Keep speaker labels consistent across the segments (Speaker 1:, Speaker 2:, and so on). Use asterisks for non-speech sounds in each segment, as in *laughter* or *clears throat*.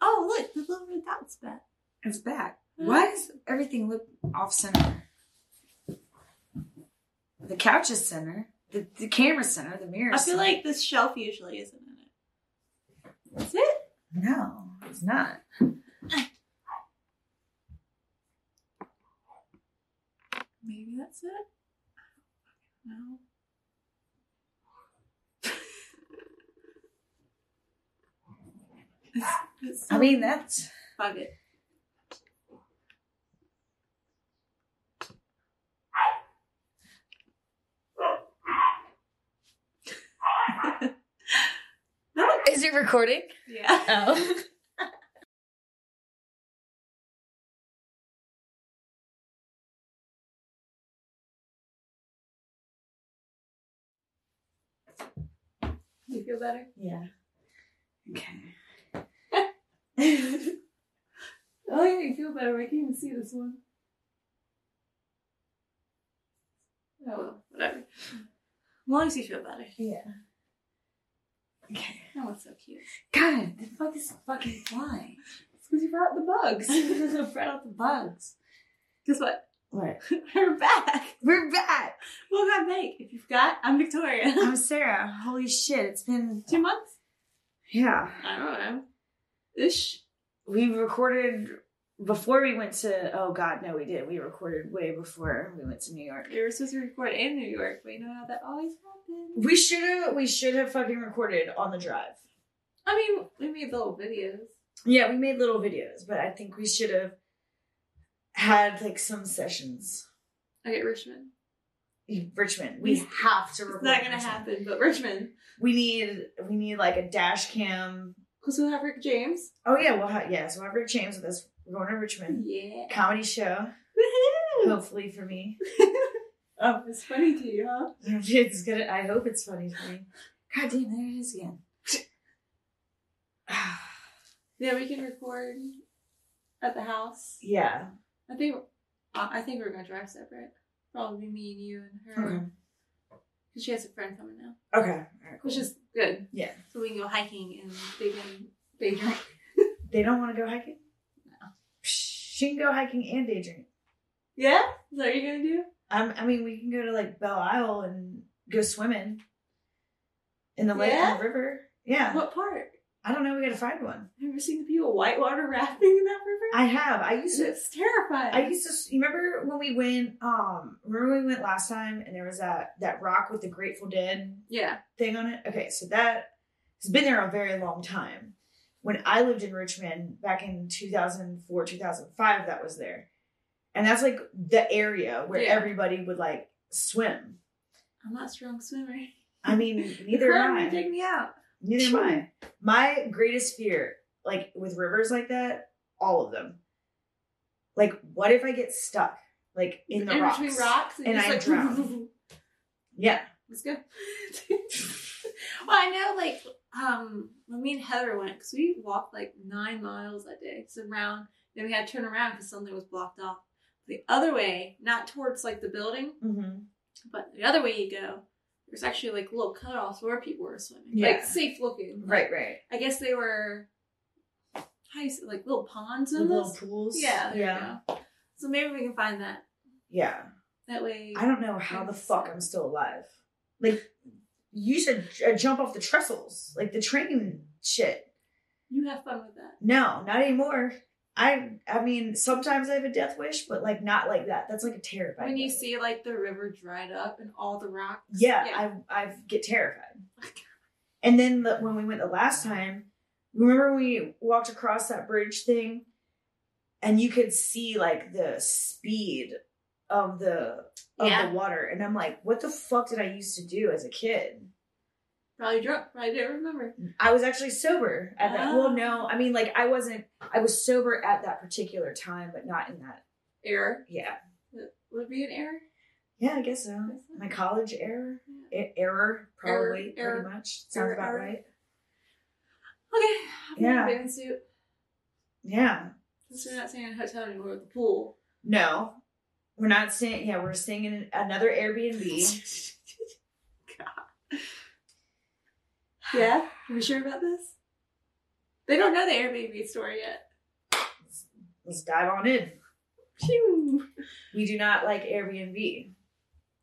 Speaker 1: Oh, look, the little red dot's back.
Speaker 2: It's back.
Speaker 1: Hmm.
Speaker 2: Why does everything look off center? The couch is center. The, the camera's center. The mirror.
Speaker 1: I feel like this shelf usually isn't in it. Is it?
Speaker 2: no, it's not.
Speaker 1: Maybe that's it. I don't know. It's- *laughs* it's
Speaker 2: I
Speaker 1: so-
Speaker 2: mean, that's
Speaker 1: fuck it.
Speaker 3: *laughs* Is it recording?
Speaker 1: Yeah.
Speaker 3: Oh.
Speaker 1: *laughs* You feel better?
Speaker 3: Yeah.
Speaker 2: okay.
Speaker 3: *laughs*
Speaker 1: Oh yeah, you feel better. I can't even see this one. Oh well, whatever. As long as you feel better.
Speaker 3: Yeah.
Speaker 2: Okay.
Speaker 1: That one's so cute.
Speaker 2: God, the fuck is fucking flying? It's because you brought out the bugs. *laughs* you brought out the bugs.
Speaker 1: Guess *laughs* what?
Speaker 2: What?
Speaker 1: We're back.
Speaker 2: We're back.
Speaker 1: We'll got back. If you forgot, I'm Victoria. *laughs*
Speaker 2: I'm Sarah. Holy shit! It's been
Speaker 1: Two months?
Speaker 2: yeah.
Speaker 1: I don't know. Ish.
Speaker 2: we recorded before we went to oh god no we did we recorded way before we went to new york
Speaker 1: We were supposed to record in New York, but you know how that always happens.
Speaker 2: we should have we should have fucking recorded on the drive
Speaker 1: I mean, we made little videos.
Speaker 2: yeah we made little videos but i think we should have had like some sessions
Speaker 1: Okay, Richmond.
Speaker 2: in richmond we have to
Speaker 1: It's
Speaker 2: record
Speaker 1: not
Speaker 2: in
Speaker 1: gonna
Speaker 2: Richmond.
Speaker 1: happen, but Richmond.
Speaker 2: we need we need like a dash cam
Speaker 1: Cause we'll have Rick James.
Speaker 2: oh yeah we'll have yeah so we'll have rick james with us we're going to richmond
Speaker 1: Yeah.
Speaker 2: comedy show
Speaker 1: Woohoo! *laughs*
Speaker 2: hopefully for me Um,
Speaker 1: Oh, it's funny to you, huh?
Speaker 2: It's gonna. I hope it's funny for me. God damn, there it is again.
Speaker 1: Yeah, we can record at the house.
Speaker 2: *sighs* yeah.
Speaker 1: I think uh, I think we're gonna drive separate. Probably me and you and her. Cause she has a friend coming now,
Speaker 2: Okay. All right,
Speaker 1: which is good.
Speaker 2: Yeah.
Speaker 1: So we can go hiking and they can they drink.
Speaker 2: they don't want to go hiking. No. She can go hiking and day drink.
Speaker 1: Yeah. Is that what you're gonna do?
Speaker 2: Um, I mean, we can go to like Belle Isle and go swimming in the lake
Speaker 1: Yeah?
Speaker 2: and the river. Yeah.
Speaker 1: What part?
Speaker 2: I don't know. We gotta find one.
Speaker 1: Have you ever seen the people whitewater *laughs* rafting in that river?
Speaker 2: I have. I used to.
Speaker 1: it's terrifying.
Speaker 2: I used to. You remember when we went? Um, remember when we went last time and there was that that rock with the Grateful Dead
Speaker 1: yeah.
Speaker 2: thing on it. Okay, so that has been there a very long time. When I lived in Richmond back in 2004, 2005, that was there. And that's like the area where
Speaker 1: Yeah.
Speaker 2: everybody would like swim.
Speaker 1: I'm not a strong swimmer. *laughs*
Speaker 2: I mean, neither
Speaker 1: Crab
Speaker 2: am
Speaker 1: would
Speaker 2: I.
Speaker 1: Take me out.
Speaker 2: Neither am I. My greatest fear, like with rivers like that, all of them. Like, what if I get stuck? Like in the rocks.
Speaker 1: between rocks, and,
Speaker 2: And
Speaker 1: just
Speaker 2: I
Speaker 1: like, *laughs*
Speaker 2: drown. Yeah.
Speaker 1: Let's *laughs* go. well, I know, like, um, when me and Heather went, because we walked like nine miles that day, so round, then we had to turn around because something was blocked off. The other way, not towards like the building,
Speaker 2: Mm-hmm.
Speaker 1: but the other way you go, there's actually like little cutoffs where people were swimming,
Speaker 2: Yeah.
Speaker 1: like safe looking. Like,
Speaker 2: Right, right.
Speaker 1: I guess they were, how you say, like little ponds
Speaker 2: The
Speaker 1: in
Speaker 2: little
Speaker 1: this.
Speaker 2: pools.
Speaker 1: Yeah, there you
Speaker 2: Yeah.
Speaker 1: go. So maybe we can find that.
Speaker 2: Yeah.
Speaker 1: That way,
Speaker 2: I don't know how the
Speaker 1: Yes.
Speaker 2: fuck I'm still alive. Like, you should uh, jump off the trestles, like the train shit.
Speaker 1: you have fun with that.
Speaker 2: No, not anymore. I, I mean, sometimes I have a death wish, but like not like that. That's like a terrifying.
Speaker 1: When you
Speaker 2: death
Speaker 1: see like the river dried up and all the rocks.
Speaker 2: wish. yeah, I, I
Speaker 1: *laughs*
Speaker 2: get terrified. And then the, when we went the last time, remember when we walked across that bridge thing, and you could see like the speed of the of
Speaker 1: Yeah.
Speaker 2: the water, and I'm like, what the fuck did I used to do as a kid?
Speaker 1: Probably drunk. Probably didn't remember.
Speaker 2: I was actually sober at that.
Speaker 1: Ah.
Speaker 2: Well, no, I mean, like I wasn't. I was sober at that particular time, but not in that.
Speaker 1: Error.
Speaker 2: Yeah,
Speaker 1: Would it be an error?
Speaker 2: yeah, I guess so. My college error,
Speaker 1: Yeah.
Speaker 2: e- error, probably
Speaker 1: Error,
Speaker 2: pretty much sounds
Speaker 1: error,
Speaker 2: about
Speaker 1: error.
Speaker 2: right.
Speaker 1: Okay. I'm
Speaker 2: Yeah.
Speaker 1: yeah. bathing suit.
Speaker 2: Yeah.
Speaker 1: Since we're not staying in a hotel anymore with the pool.
Speaker 2: No, we're not staying. Yeah, we're staying in
Speaker 1: *laughs*
Speaker 2: another Airbnb. *sighs*
Speaker 1: Yeah. Are we sure about this? They don't know the Airbnb story yet.
Speaker 2: Let's dive on in.
Speaker 1: Phew.
Speaker 2: We do not like Airbnb.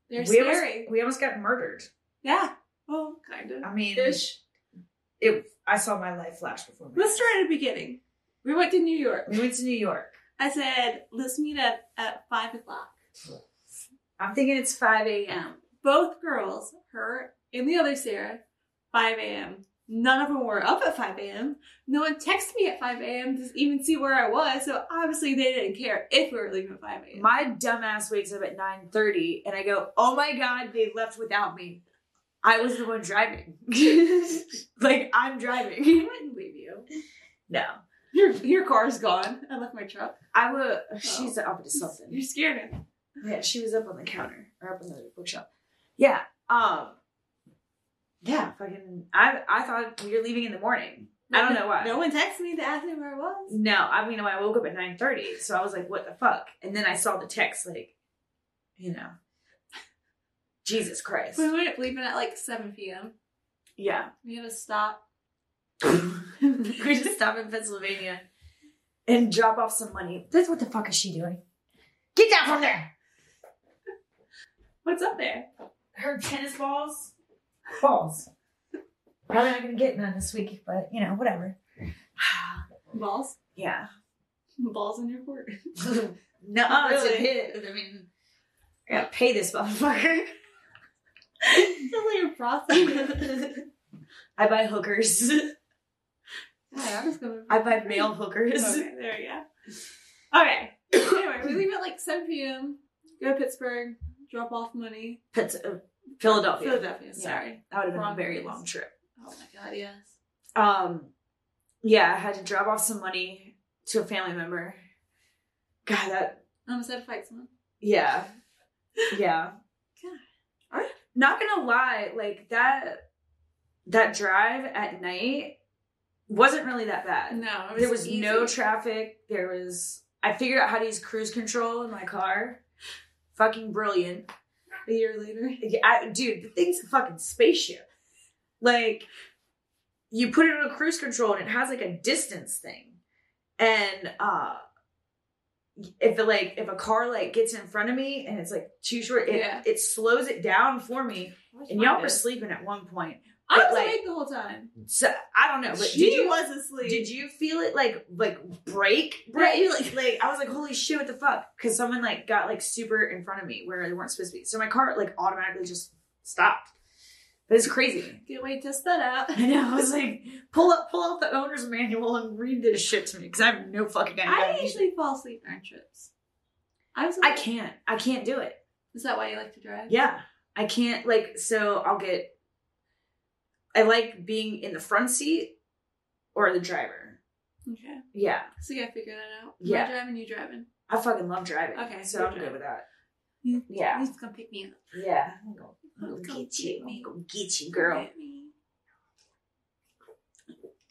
Speaker 1: They're
Speaker 2: we almost-
Speaker 1: scary.
Speaker 2: we almost got murdered.
Speaker 1: yeah. Well, kind of.
Speaker 2: I mean,
Speaker 1: Ish.
Speaker 2: it. I saw my life flash before me.
Speaker 1: Let's start at the beginning. We went to New York.
Speaker 2: We went to New York.
Speaker 1: I said, let's meet up at five o'clock.
Speaker 2: I'm thinking it's 5 a.m.
Speaker 1: a.m. Both girls, her and the other Sarah, 5 a.m. None of them were up at 5 a.m. No one texted me at 5 a.m. to even see where I was, so obviously they didn't care if we were leaving at 5 *laughs* a.m.
Speaker 2: My dumbass wakes up at 9:30 and I go, "Oh my god, they left without me. I was the one driving. *laughs* like I'm
Speaker 1: We
Speaker 2: driving."
Speaker 1: wouldn't leave you.
Speaker 2: No.
Speaker 1: Your your car's gone. I left my truck.
Speaker 2: I was she's up to something.
Speaker 1: You're scared now.
Speaker 2: Yeah, she was up on the counter or up on the bookshop. Yeah. Um Yeah, fucking I I thought we were leaving in the morning. I don't know why.
Speaker 1: No one texted me to ask me where I was.
Speaker 2: No, I mean I woke up at nine thirty, so I was like, "What the fuck?" And then I saw the text, like, you know, Jesus Christ,
Speaker 1: We went leaving at like 7 p.m.
Speaker 2: yeah.
Speaker 1: We had to stop.
Speaker 2: *laughs* we just stop in Pennsylvania and drop off some money. That's what the fuck is she doing? Get down from there.
Speaker 1: What's up there?
Speaker 2: Her tennis balls, balls. Probably not gonna get none this week, but you know, whatever.
Speaker 1: Balls?
Speaker 2: *sighs* *laughs* yeah,
Speaker 1: Balls in your court. *laughs*
Speaker 2: no,
Speaker 1: Really?
Speaker 2: it's a hit. I mean, I gotta pay this motherfucker.
Speaker 1: It's like a
Speaker 2: *laughs*
Speaker 1: prostitute.
Speaker 2: I buy hookers. *laughs*
Speaker 1: God, I was gonna-
Speaker 2: I buy male hookers.
Speaker 1: Okay, there we go. Okay. anyway, we leave at like 7 p.m. Go to Pittsburgh, drop off money.
Speaker 2: Pitts- uh, Philadelphia.
Speaker 1: Philadelphia,
Speaker 2: Yeah.
Speaker 1: sorry.
Speaker 2: That would have been
Speaker 1: Wrong
Speaker 2: a very
Speaker 1: place.
Speaker 2: long trip.
Speaker 1: Oh my god, yes.
Speaker 2: Um, yeah, I had to drop off some money to a family member. God, that
Speaker 1: I almost had to fight someone.
Speaker 2: yeah, yeah.
Speaker 1: God. Alright.
Speaker 2: Not gonna lie, like that that drive at night wasn't really that bad.
Speaker 1: No, it was
Speaker 2: there was
Speaker 1: easy.
Speaker 2: no traffic. There was. I figured out how to use cruise control in my car. Fucking brilliant,
Speaker 1: a year later.
Speaker 2: Yeah, I, dude. The thing's a fucking spaceship. Like, you put it on a cruise control and it has like a distance thing, and uh, if it, like if a car like gets in front of me and it's like too short, it
Speaker 1: Yeah.
Speaker 2: it slows it down for me. And y'all were sleeping at one point,
Speaker 1: I was
Speaker 2: but, like-
Speaker 1: awake the whole time.
Speaker 2: so I don't know. But
Speaker 1: she
Speaker 2: did you
Speaker 1: was asleep.
Speaker 2: did you feel it like like break?
Speaker 1: Yeah,
Speaker 2: Right.
Speaker 1: you,
Speaker 2: *laughs* Like, I was like, holy shit, what the fuck? Because someone like got like super in front of me where they weren't supposed to be. So my car like automatically just stopped. But it's crazy. *laughs*
Speaker 1: Can't wait to test that out.
Speaker 2: I know. I was like, pull up, pull out the owner's manual and read this shit to me because I have no fucking idea.
Speaker 1: I usually fall asleep during trips. I was
Speaker 2: I
Speaker 1: like,
Speaker 2: can't. I can't do it.
Speaker 1: Is that why you like to drive?
Speaker 2: Yeah, I can't. Like, so I'll get. I like being in the front seat or the driver.
Speaker 1: Okay.
Speaker 2: Yeah,
Speaker 1: So you gotta figure that out. Am
Speaker 2: Yeah.
Speaker 1: I driving, you driving.
Speaker 2: I fucking love driving.
Speaker 1: Okay,
Speaker 2: so
Speaker 1: you're
Speaker 2: I'm good
Speaker 1: driving.
Speaker 2: with that.
Speaker 1: You-
Speaker 2: Yeah.
Speaker 1: He's gonna pick me up.
Speaker 2: Yeah. I'm gonna,
Speaker 1: I'm gonna
Speaker 2: get
Speaker 1: get
Speaker 2: you.
Speaker 1: me.
Speaker 2: I'm gonna get you, girl.
Speaker 1: Get me.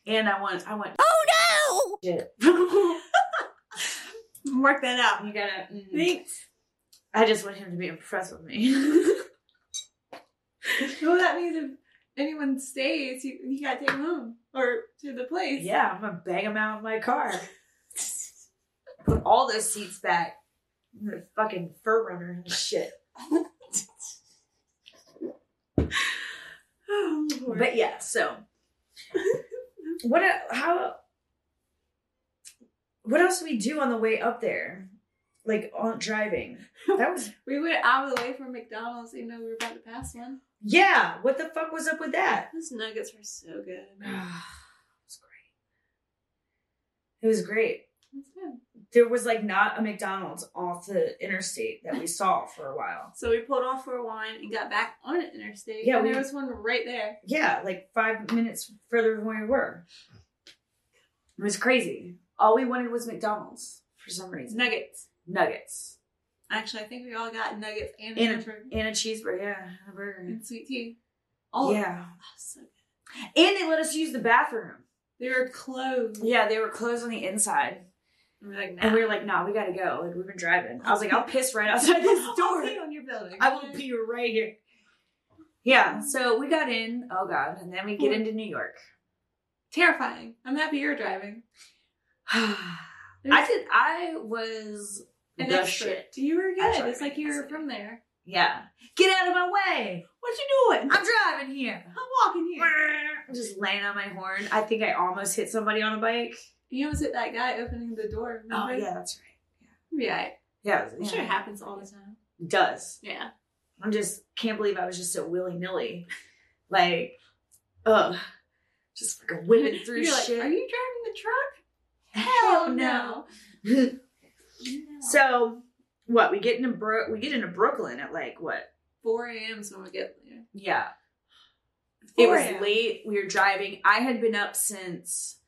Speaker 2: And I want I want
Speaker 4: Oh
Speaker 2: *laughs* shit.
Speaker 1: Work that out.
Speaker 2: You gotta mm.
Speaker 1: Thanks.
Speaker 2: I just want him to be impressed with me.
Speaker 1: *laughs* Well, that means if anyone stays, you, you gotta take them home or to the place.
Speaker 2: *laughs* yeah, I'm gonna bang him out of my car. Put all those seats back. I'm a fucking fur runner and shit.
Speaker 1: *sighs* Oh, Lord.
Speaker 2: But yeah, so *laughs* what el- how what else do we do on the way up there? Like on driving. That was
Speaker 1: we went out of the way from McDonald's, even though we were about to pass one.
Speaker 2: Yeah, what the fuck was up with that?
Speaker 1: Those nuggets were so good.
Speaker 2: *sighs* it was great. It was great.
Speaker 1: That's good.
Speaker 2: There was like not a McDonald's off the interstate that we saw for a while.
Speaker 1: So we pulled off for a wine and got back on an interstate.
Speaker 2: Yeah,
Speaker 1: and
Speaker 2: we-
Speaker 1: there was one right there.
Speaker 2: Yeah, like five minutes further from where we were. It was crazy. All we wanted was McDonald's for some reason.
Speaker 1: Nuggets.
Speaker 2: Nuggets.
Speaker 1: Actually, I think we all got nuggets and a
Speaker 2: And
Speaker 1: hamburger
Speaker 2: And a cheeseburger. Yeah, and a burger.
Speaker 1: and sweet tea. All Oh, yeah.
Speaker 2: yeah. And they let us use the bathroom.
Speaker 1: They were closed.
Speaker 2: Yeah, they were closed on the inside.
Speaker 1: And we're like,
Speaker 2: And
Speaker 1: nah.
Speaker 2: we were like, nah, we gotta go. Like, we've been driving. I was like, I'll piss right outside this door.
Speaker 1: I'll pee on your building.
Speaker 2: *laughs* I will pee right here. Yeah, so we got in. Oh god, and then we get into New York. *sighs*
Speaker 1: Terrifying. I'm happy you're driving.
Speaker 2: I did. I was
Speaker 1: An
Speaker 2: the
Speaker 1: expert.
Speaker 2: shit.
Speaker 1: You were
Speaker 2: I'm
Speaker 1: good.
Speaker 2: sorry,
Speaker 1: It's like
Speaker 2: I
Speaker 1: you're
Speaker 2: said it.
Speaker 1: from there.
Speaker 2: Yeah. Get out of my way.
Speaker 1: What you doing?
Speaker 2: I'm driving here.
Speaker 1: I'm walking here.
Speaker 2: Just laying on my horn. I think I almost hit somebody on a bike.
Speaker 1: You almost hit that guy opening the door. Remember?
Speaker 2: that's right.
Speaker 1: Yeah.
Speaker 2: Oh, Yeah,
Speaker 1: I'm sure it happens all the time.
Speaker 2: It does.
Speaker 1: Yeah.
Speaker 2: I'm just can't believe I was just so willy nilly, like, ugh, just fucking *laughs* whipping through
Speaker 1: *laughs* You're like,
Speaker 2: shit.
Speaker 1: are you driving the truck?
Speaker 2: Hell no. *laughs* So what we get into Bro- we get into Brooklyn at like what?
Speaker 1: 4 a.m. is when we get there.
Speaker 2: Yeah, it was
Speaker 1: 4 a.m..
Speaker 2: late. We were driving. I had been up since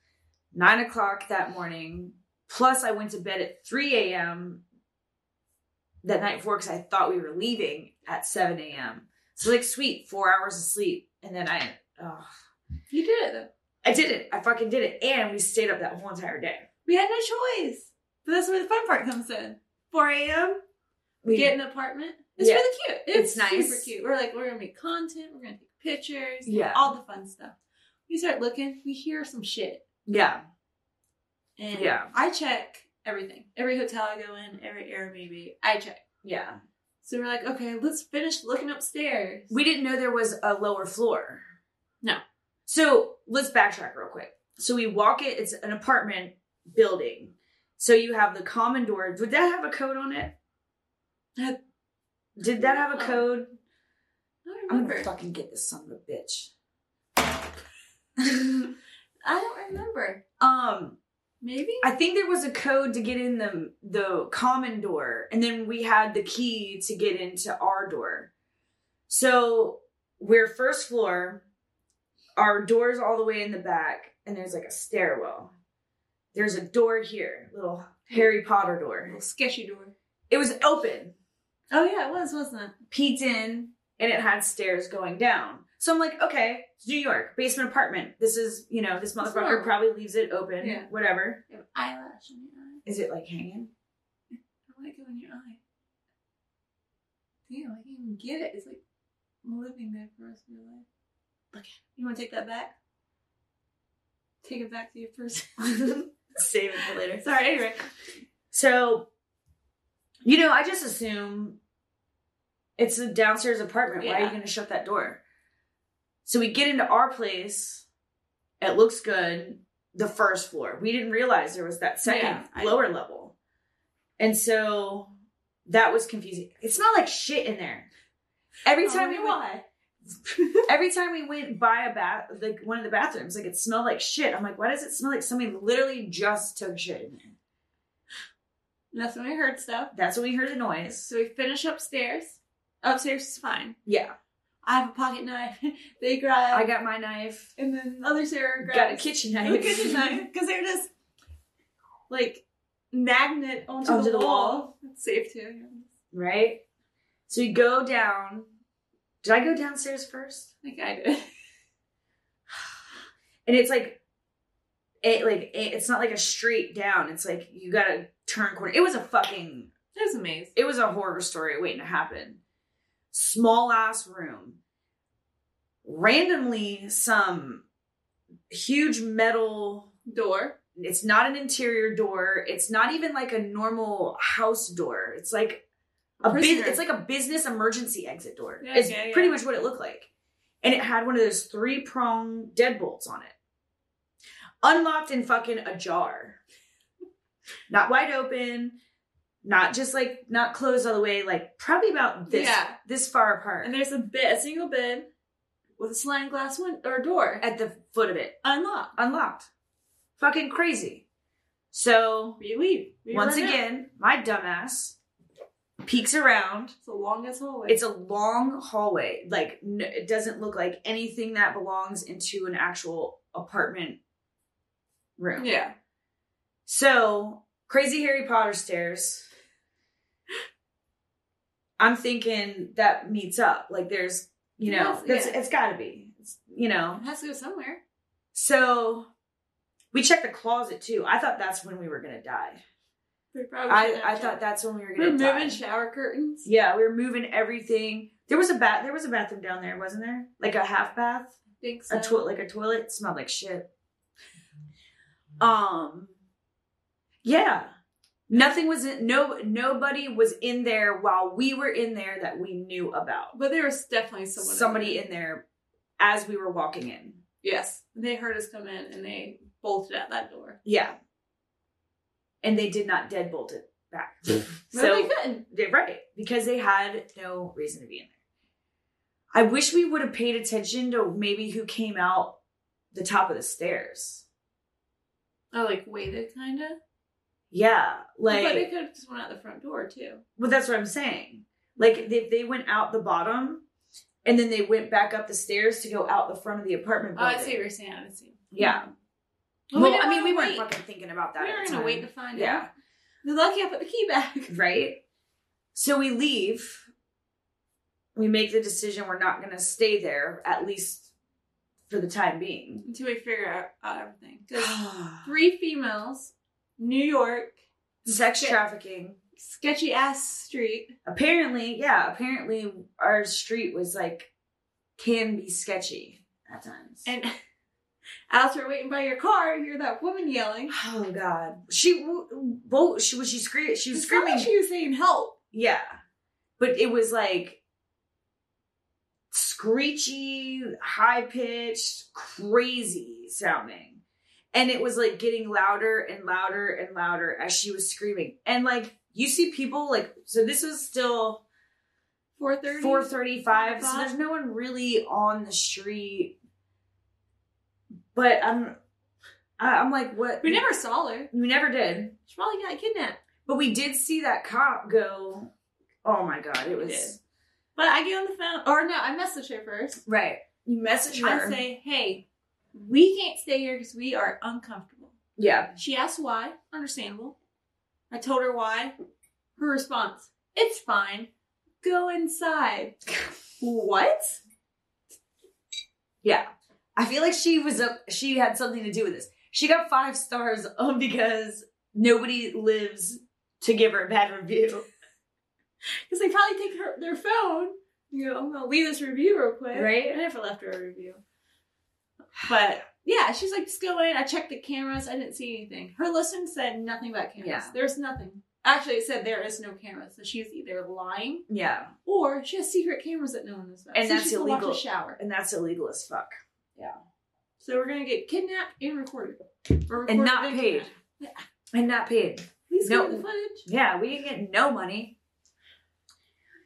Speaker 2: nine o'clock that morning. Plus, I went to bed at three a.m. that night before because I thought we were leaving at seven a.m. So like, sweet, four hours of sleep, and then I, oh,
Speaker 1: You did it though.
Speaker 2: I did it. I fucking did it, and we stayed up that whole entire day.
Speaker 1: We had no choice. But that's where the fun part comes in. 4 a.m.
Speaker 2: We
Speaker 1: Get an apartment. It's
Speaker 2: Yeah.
Speaker 1: really cute. It's,
Speaker 2: It's nice.
Speaker 1: Super cute. We're like, we're gonna make content. We're gonna take pictures.
Speaker 2: Yeah.
Speaker 1: All the fun stuff. We start looking. We hear some shit.
Speaker 2: yeah,
Speaker 1: And
Speaker 2: Yeah.
Speaker 1: I check everything. Every hotel I go in, every Airbnb, I check.
Speaker 2: yeah.
Speaker 1: So we're like, okay, let's finish looking upstairs.
Speaker 2: We didn't know there was a lower floor.
Speaker 1: No.
Speaker 2: So let's backtrack real quick. So we walk it, it's an apartment building. So you have the common door. Did that have a code on it?
Speaker 1: That-
Speaker 2: Did that have a
Speaker 1: No.
Speaker 2: code?
Speaker 1: I don't
Speaker 2: I'm
Speaker 1: remember.
Speaker 2: gonna fucking get this son of a bitch. *laughs*
Speaker 1: I don't remember.
Speaker 2: Um,
Speaker 1: Maybe.
Speaker 2: I think there was a code to get in the the common door, and then we had the key to get into our door. So we're first floor, our door's all the way in the back, and there's like a stairwell. There's a door here, little Harry Potter door.
Speaker 1: Little sketchy door.
Speaker 2: It was open,
Speaker 1: Oh yeah, it was, wasn't it?
Speaker 2: peeked in, and it had stairs going down. So I'm like, okay, it's New York, basement apartment. This is, you know, this motherfucker
Speaker 1: normal.
Speaker 2: probably leaves it open,
Speaker 1: Yeah.
Speaker 2: whatever.
Speaker 1: You have an eyelash in your eye.
Speaker 2: Is it like hanging?
Speaker 1: I like it in your eye. Damn, I can't even get it. It's like I'm living there for the rest of your life. Look at it. You wanna take that back? Take it back to your *laughs* person.
Speaker 2: Save it for *laughs* later.
Speaker 1: Sorry, anyway.
Speaker 2: So, you know, I just assume it's a downstairs apartment. Why are you
Speaker 1: Yeah.
Speaker 2: going to shut that door? So we get into our place. It looks good. The first floor. We didn't realize there was that second
Speaker 1: Yeah, I-
Speaker 2: lower level. And so that was confusing. It smelled like shit in there. Every
Speaker 1: Oh,
Speaker 2: time we went,
Speaker 1: why.
Speaker 2: every time we went by a bath, like one of the bathrooms, like it smelled like shit. I'm like, why does it smell like somebody literally just took shit in there?
Speaker 1: That's when we heard stuff.
Speaker 2: That's when we heard the noise.
Speaker 1: So we finish upstairs. Upstairs is fine.
Speaker 2: Yeah,
Speaker 1: I have a pocket knife. *laughs* they grab
Speaker 2: I got my knife.
Speaker 1: and then other Sarah grabs
Speaker 2: Got Um, a kitchen knife.
Speaker 1: the kitchen
Speaker 2: *laughs*
Speaker 1: knife because they're just like magnet onto,
Speaker 2: Onto
Speaker 1: the,
Speaker 2: the
Speaker 1: wall.
Speaker 2: wall.
Speaker 1: That's safe too. yeah.
Speaker 2: Right. So we go down. Did I go downstairs first?
Speaker 1: Like I did. *laughs*
Speaker 2: And it's like, it like it- it's not like a straight down. It's like you gotta turn corner. It was a fucking.
Speaker 1: It was amazing.
Speaker 2: It was a horror story waiting to happen. Small ass room. Randomly, some huge metal
Speaker 1: Door.
Speaker 2: It's not an interior door. It's not even like a normal house door. It's like a bus-
Speaker 1: Prisoner.
Speaker 2: it's like a business emergency exit door.
Speaker 1: Yeah,
Speaker 2: it's
Speaker 1: okay,
Speaker 2: pretty
Speaker 1: yeah.
Speaker 2: much what it looked like. And it had one of those three prong deadbolts on it. Unlocked and fucking ajar. Not wide open, not just like not closed all the way, like probably about this
Speaker 1: Yeah.
Speaker 2: this far apart.
Speaker 1: and there's a bed, a single bed with a sliding glass window or door
Speaker 2: at the foot of it.
Speaker 1: unlocked.
Speaker 2: Unlocked. Fucking crazy. So
Speaker 1: We leave. We
Speaker 2: Once
Speaker 1: run out.
Speaker 2: again, my dumbass peeks around.
Speaker 1: it's the longest hallway.
Speaker 2: It's a long hallway. Like n- it doesn't look like anything that belongs into an actual apartment room.
Speaker 1: yeah.
Speaker 2: So crazy Harry Potter stairs. I'm thinking that meets up. Like there's, you know,
Speaker 1: Yes,
Speaker 2: that's,
Speaker 1: yeah.
Speaker 2: it's got to be, it's, you know.
Speaker 1: It has to go somewhere.
Speaker 2: So we checked the closet too. I thought that's when we were gonna die.
Speaker 1: We probably
Speaker 2: I,
Speaker 1: shouldn't
Speaker 2: I
Speaker 1: have
Speaker 2: thought
Speaker 1: checked.
Speaker 2: that's when we were gonna
Speaker 1: we're
Speaker 2: die.
Speaker 1: moving shower curtains.
Speaker 2: Yeah, we were moving everything. There was a bath. There was a bathroom down there, wasn't there? Like a half bath,
Speaker 1: I think so.
Speaker 2: a toilet, like a toilet. It smelled like shit. Um, yeah, nothing was in, no nobody was in there while we were in there that we knew about.
Speaker 1: But there was definitely someone.
Speaker 2: Somebody in there as we were walking in.
Speaker 1: Yes, they heard us come in and they bolted out that door.
Speaker 2: Yeah, and they did not deadbolt it back.
Speaker 1: But
Speaker 2: so
Speaker 1: they couldn't.
Speaker 2: They're right because they had no reason to be in there. I wish we would have paid attention to maybe who came out the top of the stairs.
Speaker 1: I like waited, kind of.
Speaker 2: Yeah, like
Speaker 1: but they could have just went out the front door too.
Speaker 2: well, that's what I'm saying. Like if they went out the bottom and then they went back up the stairs to go out the front of the apartment
Speaker 1: Oh,
Speaker 2: building.
Speaker 1: I see what you're saying. I see. Mm-hmm.
Speaker 2: Yeah.
Speaker 1: Well,
Speaker 2: Well,
Speaker 1: we didn't
Speaker 2: I mean,
Speaker 1: wanna
Speaker 2: we weren't
Speaker 1: wait.
Speaker 2: fucking thinking about that.
Speaker 1: we
Speaker 2: at
Speaker 1: were
Speaker 2: the
Speaker 1: gonna wait
Speaker 2: time.
Speaker 1: to find
Speaker 2: Yeah.
Speaker 1: out. They're lucky I put the key back. *laughs*
Speaker 2: right? So we leave. We make the decision we're not going to stay there, at least for the time being.
Speaker 1: Until we figure out, out everything.
Speaker 2: *sighs*
Speaker 1: 'Cause three females, New York,
Speaker 2: Sex trafficking.
Speaker 1: sketchy ass street.
Speaker 2: Apparently, yeah, apparently our street was like, can be sketchy at times.
Speaker 1: And *laughs* as we're waiting by your car, you hear that woman
Speaker 2: *sighs*
Speaker 1: yelling.
Speaker 2: oh, God. She, both, she was, she, scre- she was
Speaker 1: It sounded
Speaker 2: screaming.
Speaker 1: like She was saying help.
Speaker 2: Yeah. But it was like screechy, high pitched, crazy sounding. And it was like getting louder and louder and louder as she was screaming. And like you see people like so this was still
Speaker 1: 430.
Speaker 2: 435. So there's no one really on the street. But I'm I- I'm like what
Speaker 1: We never saw her.
Speaker 2: we never did.
Speaker 1: She probably got kidnapped.
Speaker 2: But we did see that cop go. Oh my god, it was
Speaker 1: But I get on the phone, or no, I messaged her first.
Speaker 2: right. You message her.
Speaker 1: I say, hey, we can't stay here because we are uncomfortable.
Speaker 2: yeah,
Speaker 1: She asked why. Understandable. I told her why. Her response, it's fine. Go inside.
Speaker 2: *laughs*
Speaker 1: what?
Speaker 2: yeah. I feel like she was up. She had something to do with this. She got five stars *laughs* um, because nobody lives to give her a bad review.
Speaker 1: Because they probably take her, their phone. You know, I'm gonna leave this review real quick.
Speaker 2: Right.
Speaker 1: I never left her a review. *sighs* But yeah, she's like, just go in. I checked the cameras. I didn't see anything. Her listen said nothing about cameras.
Speaker 2: Yeah.
Speaker 1: There's nothing. Actually, it said there is no camera. So she's either lying
Speaker 2: Yeah,
Speaker 1: or she has secret cameras that no one knows about.
Speaker 2: And
Speaker 1: so
Speaker 2: that's
Speaker 1: she can watch
Speaker 2: illegal.
Speaker 1: a shower.
Speaker 2: and that's illegal as fuck.
Speaker 1: So we're gonna get kidnapped and recorded. Or recorded
Speaker 2: And not paid.
Speaker 1: kidnapped.
Speaker 2: And not paid.
Speaker 1: Please
Speaker 2: No.
Speaker 1: give me the footage.
Speaker 2: Yeah, we didn't get no money.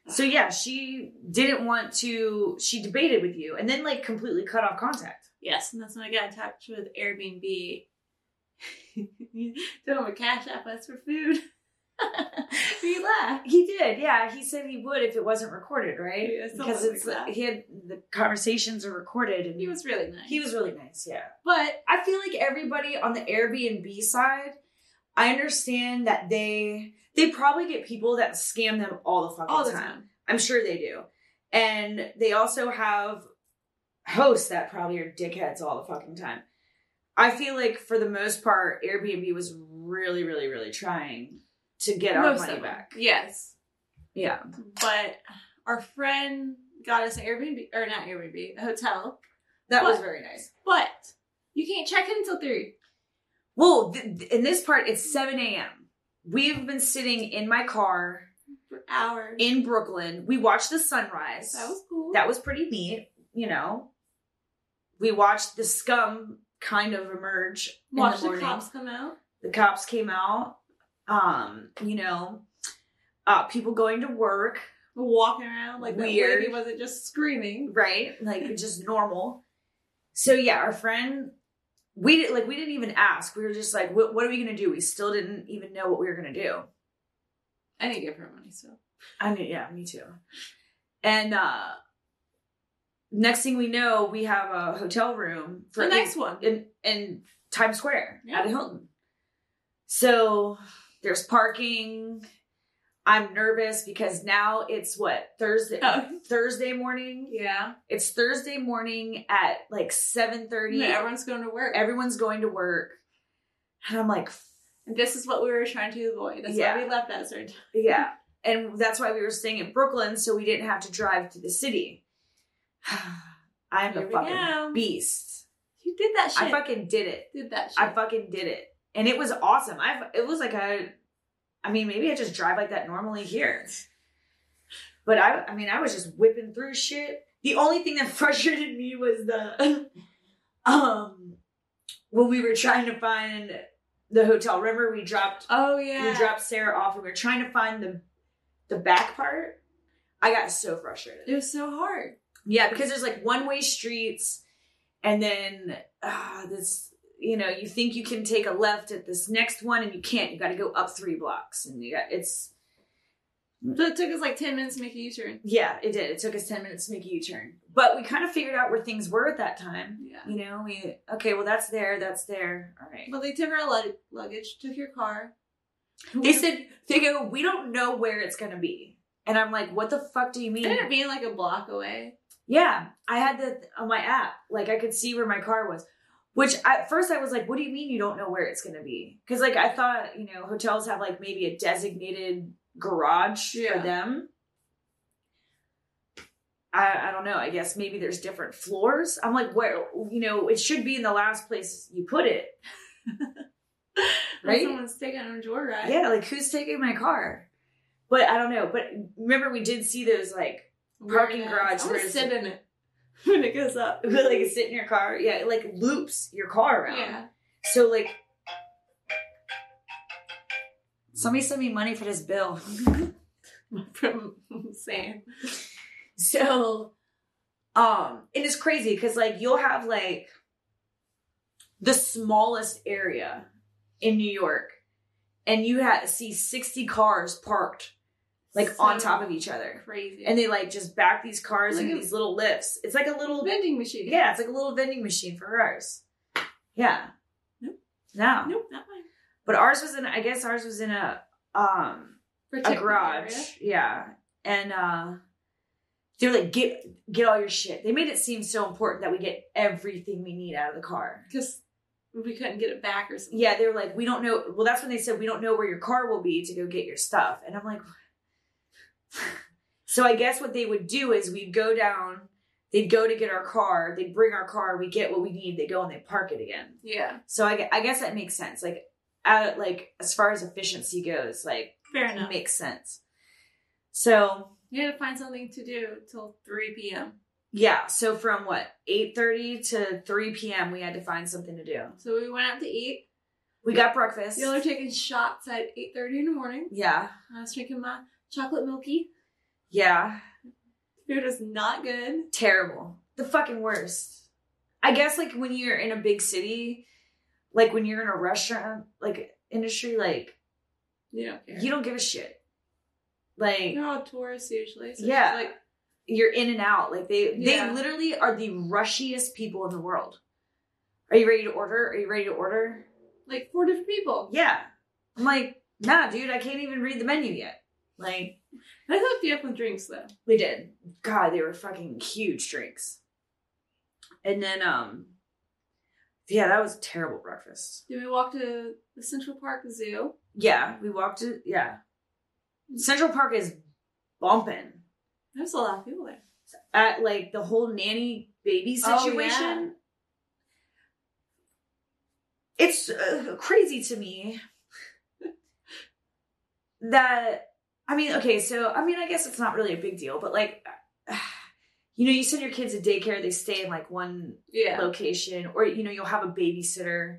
Speaker 2: So yeah, she didn't want to. She debated with you, and then like completely cut off contact.
Speaker 1: Yes, and that's when I got in touch with Airbnb. *laughs* Tell him to cash app us for food. *laughs* he left.
Speaker 2: He did, yeah. He said he would if it wasn't recorded, right?
Speaker 1: Yeah, something
Speaker 2: because it's
Speaker 1: like that.
Speaker 2: he had the conversations are recorded, and
Speaker 1: He was really nice.
Speaker 2: he was really nice. Yeah,
Speaker 1: but
Speaker 2: I feel like everybody on the Airbnb side, I understand that they they probably get people that scam them all the fucking
Speaker 1: all the
Speaker 2: time.
Speaker 1: time.
Speaker 2: I'm sure they do, and they also have hosts that probably are dickheads all the fucking time. I feel like for the most part, Airbnb was really, really, really trying to get our
Speaker 1: Most of
Speaker 2: money
Speaker 1: them.
Speaker 2: back.
Speaker 1: Yes.
Speaker 2: Yeah.
Speaker 1: But our friend got us an Airbnb or not Airbnb, a hotel.
Speaker 2: That
Speaker 1: But-
Speaker 2: was very nice.
Speaker 1: But you can't check in until three.
Speaker 2: Well, th- th- in this part, it's 7 a.m. We've been sitting in my car
Speaker 1: For hours.
Speaker 2: in Brooklyn. We watched the sunrise.
Speaker 1: that was cool.
Speaker 2: That was pretty neat, you know. We watched the scum kind of emerge. in
Speaker 1: Watch the,
Speaker 2: morning.
Speaker 1: cops come out.
Speaker 2: The cops came out. Um, you know, uh, people going to work,
Speaker 1: Walking around like
Speaker 2: Weird.
Speaker 1: that lady wasn't just screaming.
Speaker 2: right? Like just normal. So yeah, our friend, we did like we didn't even ask. We were just like, what, what are we gonna do? We still didn't even know what we were gonna do.
Speaker 1: I didn't give her money, so
Speaker 2: I mean, yeah, me too. And uh next thing we know, we have a hotel room
Speaker 1: a nice one.
Speaker 2: in in Times Square
Speaker 1: Yeah.
Speaker 2: at Hilton. So there's parking. I'm nervous because now it's what Thursday
Speaker 1: Oh.
Speaker 2: Thursday morning.
Speaker 1: yeah.
Speaker 2: It's Thursday morning at like seven thirty.
Speaker 1: Yeah, everyone's going to work.
Speaker 2: Everyone's going to work, and I'm like,
Speaker 1: And this is what we were trying to avoid. That's
Speaker 2: Yeah.
Speaker 1: why we left at a certain time.
Speaker 2: Yeah. And that's why we were staying in Brooklyn, so we didn't have to drive to the city. *sighs* I'm
Speaker 1: Here
Speaker 2: a
Speaker 1: we
Speaker 2: fucking
Speaker 1: go.
Speaker 2: beast.
Speaker 1: You did that shit.
Speaker 2: I fucking did it.
Speaker 1: did that shit.
Speaker 2: I fucking did it. and it was awesome. I've it was like a, I mean, maybe I just drive like that normally here, but I I mean I was just whipping through shit. The only thing that *laughs* frustrated me was the, *laughs* um, when we were trying to find the hotel. Remember we dropped
Speaker 1: Oh yeah.
Speaker 2: we dropped Sarah off. We were trying to find the the back part. I got so frustrated.
Speaker 1: It was so hard.
Speaker 2: Yeah, because there's like one way streets, and then ah, this, you know, you think you can take a left at this next one, and you can't. You got to go up three blocks, and you got it's
Speaker 1: So it took us like ten minutes to make a U turn.
Speaker 2: yeah, it did. It took us ten minutes to make a U-turn, but we kind of figured out where things were at that time.
Speaker 1: Yeah.
Speaker 2: You know, we okay, well that's there, that's there. All right.
Speaker 1: But they took our lug- luggage, took your car.
Speaker 2: They said they go, we don't know where it's gonna be, and I'm like, what the fuck do you mean?
Speaker 1: it ended up being like a block away.
Speaker 2: Yeah, I had the on my app. Like I could see where my car was, which at first I was like, "What do you mean you don't know where it's going to be?" Because like I thought, you know, hotels have like maybe a designated garage
Speaker 1: Yeah.
Speaker 2: for them. I, I don't know. I guess maybe there's different floors. I'm like, where you know, it should be in the last place you put it.
Speaker 1: Like
Speaker 2: Right?
Speaker 1: Someone's taking a joyride.
Speaker 2: Yeah, like who's taking my car? But I don't know. But remember, we did see those like *laughs* Parking
Speaker 1: Weird ass.
Speaker 2: garage,
Speaker 1: I'm
Speaker 2: where
Speaker 1: gonna
Speaker 2: is
Speaker 1: sit in it when it goes up.
Speaker 2: *laughs* like sit in your car. Yeah, it, like loops your car around.
Speaker 1: Yeah. *laughs*
Speaker 2: So like somebody sent me money for this bill. *laughs*
Speaker 1: From Sam.
Speaker 2: so um and it's crazy because like you'll have like the smallest area in New York and you ha- see 60 cars parked like on
Speaker 1: So
Speaker 2: top of each other.
Speaker 1: Crazy.
Speaker 2: And they like just back these cars
Speaker 1: Like
Speaker 2: into
Speaker 1: a-
Speaker 2: these little lifts. It's like a little
Speaker 1: vending machine.
Speaker 2: yeah, it's like a little vending machine for ours. Yeah.
Speaker 1: Nope.
Speaker 2: No.
Speaker 1: Nope, not mine.
Speaker 2: But ours was in I guess ours was in a um a
Speaker 1: Protected
Speaker 2: garage.
Speaker 1: area.
Speaker 2: Yeah. And uh they're like, get get all your shit. They made it seem so important that we get everything we need out of the car.
Speaker 1: because we couldn't get it back or something.
Speaker 2: Yeah, they were like, we don't know. Well, that's when they said we don't know where your car will be to go get your stuff. And I'm like, so I guess what they would do is we'd go down, they'd go to get our car, they'd bring our car, we get what we need, they go and they park it again.
Speaker 1: Yeah,
Speaker 2: So I, gue- I guess that makes sense. Like, at, like as far as efficiency goes, like
Speaker 1: fair
Speaker 2: it
Speaker 1: enough.
Speaker 2: makes sense. So
Speaker 1: You had to find something to do till 3 p.m.
Speaker 2: Yeah, so from what, 8:30 to 3 p.m. we had to find something to do.
Speaker 1: So we went out to eat.
Speaker 2: We got breakfast.
Speaker 1: Y'all are taking shots at 8.30 in the morning.
Speaker 2: Yeah.
Speaker 1: I was drinking my chocolate milky.
Speaker 2: Yeah.
Speaker 1: Food was not good.
Speaker 2: Terrible. The fucking worst. I guess like when you're in a big city, like when you're in a restaurant like industry like
Speaker 1: You don't care.
Speaker 2: you don't give a shit. Like
Speaker 1: You're all tourists usually. So
Speaker 2: Yeah.
Speaker 1: yeah. Like,
Speaker 2: you're in and out. Like they
Speaker 1: Yeah.
Speaker 2: they literally are the rushiest people in the world. Are you ready to order? Are you ready to order?
Speaker 1: like four different people.
Speaker 2: Yeah. I'm like, "Nah, dude, I can't even read the menu yet." Like
Speaker 1: I hooked you up with drinks though.
Speaker 2: We did. God, they were fucking huge drinks. And then um yeah, that was terrible breakfast.
Speaker 1: Did we walk to the Central Park Zoo?
Speaker 2: Yeah, we walked to yeah. Central Park is bumping.
Speaker 1: There was a lot of people there.
Speaker 2: At like the whole nanny baby
Speaker 1: Oh,
Speaker 2: situation. It's uh, crazy to me *laughs* that I mean, okay, so I mean, I guess it's not really a big deal, but like *sighs* you know, you send your kids to daycare, they stay in like one
Speaker 1: Yeah.
Speaker 2: location or you know you'll have a babysitter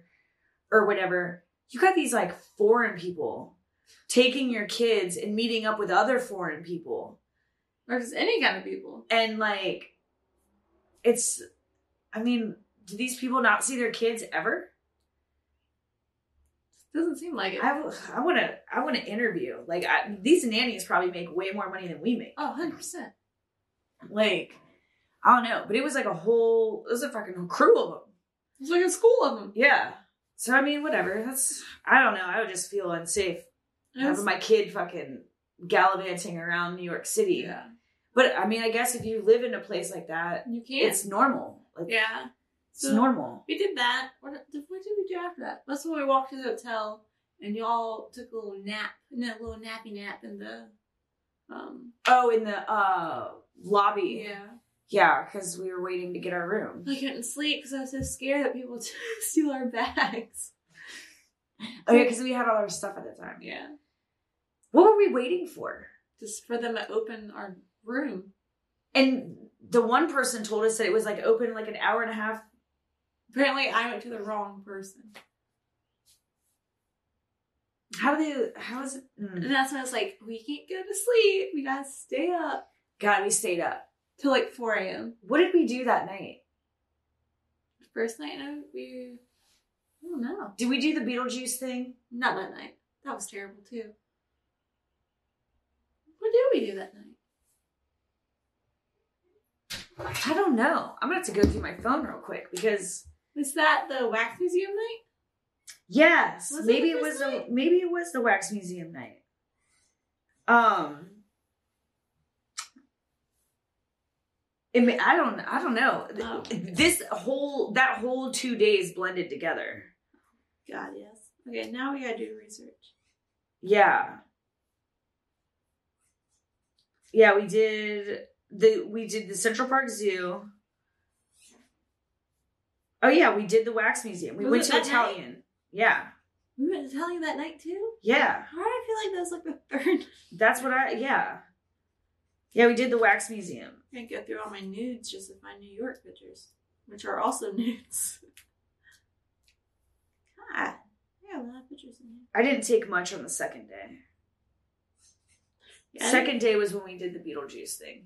Speaker 2: or whatever you got these like foreign people taking your kids and meeting up with other foreign people
Speaker 1: Or just any kind of people.
Speaker 2: and like it's i mean do these people not see their kids ever
Speaker 1: Doesn't seem like it.
Speaker 2: i want to i want to interview like I, these nannies probably make way more money than we make
Speaker 1: oh, 100%.
Speaker 2: like i don't know but it was like a whole it was a fucking crew of them
Speaker 1: It's like a school of them.
Speaker 2: yeah so i mean whatever that's i don't know i would just feel unsafe
Speaker 1: It was-
Speaker 2: having my kid fucking gallivanting around New York City.
Speaker 1: yeah.
Speaker 2: But I mean, I guess if you live in a place like that,
Speaker 1: You can.
Speaker 2: it's normal. Like,
Speaker 1: yeah.
Speaker 2: it's normal.
Speaker 1: We did that. What, did- what did we do after that? That's when we walked to the hotel and y'all took a little nap, no, a little nappy nap in the, um,
Speaker 2: Oh, in the uh lobby.
Speaker 1: yeah.
Speaker 2: Yeah, because we were waiting to get
Speaker 1: Mm-hmm.
Speaker 2: our room.
Speaker 1: *laughs* I couldn't sleep because I was so scared that people would steal our bags.
Speaker 2: Oh yeah, because we had all our stuff at the time.
Speaker 1: Yeah.
Speaker 2: What were we waiting for?
Speaker 1: Just for them to open our room.
Speaker 2: And the one person told us that it was like open like an hour and a half.
Speaker 1: Apparently, I went to the wrong person.
Speaker 2: How do they? How is it? Mm.
Speaker 1: And that's when I was like, we can't go to sleep. We gotta stay up
Speaker 2: God, we stayed up.
Speaker 1: till like 4 a.m.
Speaker 2: What did we do that night?
Speaker 1: First night, no, we. I don't know.
Speaker 2: Did we do the Beetlejuice thing?
Speaker 1: Not that night. That was terrible too. What did we do that night?
Speaker 2: I don't know. I'm gonna have to go through my phone real quick because
Speaker 1: Was that the wax museum night?
Speaker 2: yes,
Speaker 1: Was it
Speaker 2: maybe
Speaker 1: the
Speaker 2: it was
Speaker 1: first
Speaker 2: the
Speaker 1: night?
Speaker 2: maybe it was the wax museum night. Um, it may, I don't I don't know.
Speaker 1: Oh.
Speaker 2: This whole that whole two days blended together.
Speaker 1: God, yes. Okay, now we gotta do research.
Speaker 2: Yeah. Yeah, we did the we did the Central Park Zoo. Oh yeah, we did the wax museum. We
Speaker 1: Was
Speaker 2: went
Speaker 1: it
Speaker 2: to
Speaker 1: that night?
Speaker 2: Italian. Yeah.
Speaker 1: We went to tell you that night too?
Speaker 2: Yeah.
Speaker 1: How did I feel like that was like the *laughs* third?
Speaker 2: That's what I yeah. Yeah, we did the wax museum.
Speaker 1: I'm gonna go through all my nudes just to find New York pictures, which are also *laughs* nudes. God, I got a lot of pictures in here.
Speaker 2: I didn't take much on the second day.
Speaker 1: Yeah, I didn't-
Speaker 2: second day was when we did the Beetlejuice thing.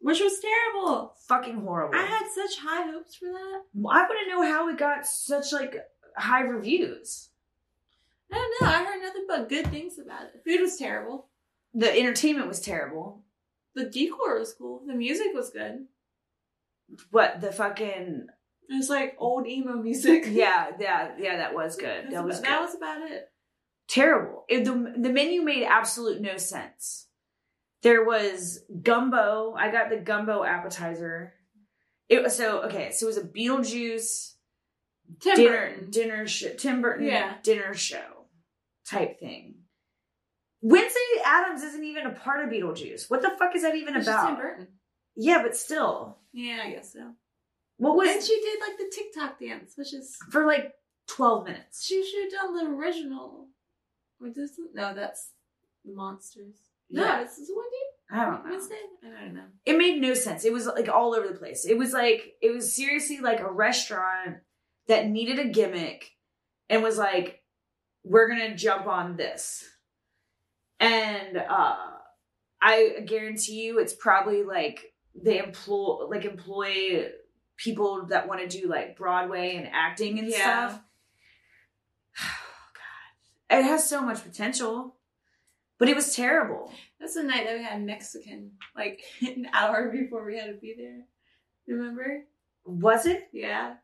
Speaker 1: which was terrible.
Speaker 2: Fucking horrible.
Speaker 1: I had such high hopes for that.
Speaker 2: I want to know how it got such like high reviews.
Speaker 1: I don't know. I heard nothing but good things about it. Food was terrible.
Speaker 2: The entertainment was terrible.
Speaker 1: The decor was cool. The music was good.
Speaker 2: What the fucking *laughs*
Speaker 1: It was like old emo music. *laughs*
Speaker 2: Yeah, yeah, yeah. That was good. That
Speaker 1: about-
Speaker 2: was
Speaker 1: that
Speaker 2: good.
Speaker 1: was about it.
Speaker 2: terrible. It- the The menu made absolute no sense. There was gumbo. I got the gumbo appetizer. It was so okay. So it was a Beetlejuice
Speaker 1: Tim
Speaker 2: dinner
Speaker 1: Burton.
Speaker 2: dinner show, Tim Burton
Speaker 1: Yeah.
Speaker 2: dinner show type thing. Wednesday Adams isn't even a part of Beetlejuice. What the fuck is that even
Speaker 1: It's just Tim
Speaker 2: about?
Speaker 1: Burton.
Speaker 2: Yeah, but still,
Speaker 1: Yeah, I guess so.
Speaker 2: what
Speaker 1: And
Speaker 2: was
Speaker 1: she did like the TikTok dance, which is
Speaker 2: for like twelve minutes?
Speaker 1: she should have done the original. Or this, no, that's the monsters. No,
Speaker 2: Yeah.
Speaker 1: it's this one dude.
Speaker 2: I don't know.
Speaker 1: Wednesday. I don't know.
Speaker 2: it made no sense. It was like all over the place. It was like it was seriously like a restaurant that needed a gimmick and was like, we're gonna jump on this. And uh I guarantee you it's probably like they employ like employ people that want to do like Broadway and acting and
Speaker 1: Yeah.
Speaker 2: stuff. *sighs* God. It has so much potential. But it was terrible.
Speaker 1: That's the night that we had Mexican, like *laughs* an hour before we had to be there. Remember?
Speaker 2: Was it?
Speaker 1: Yeah.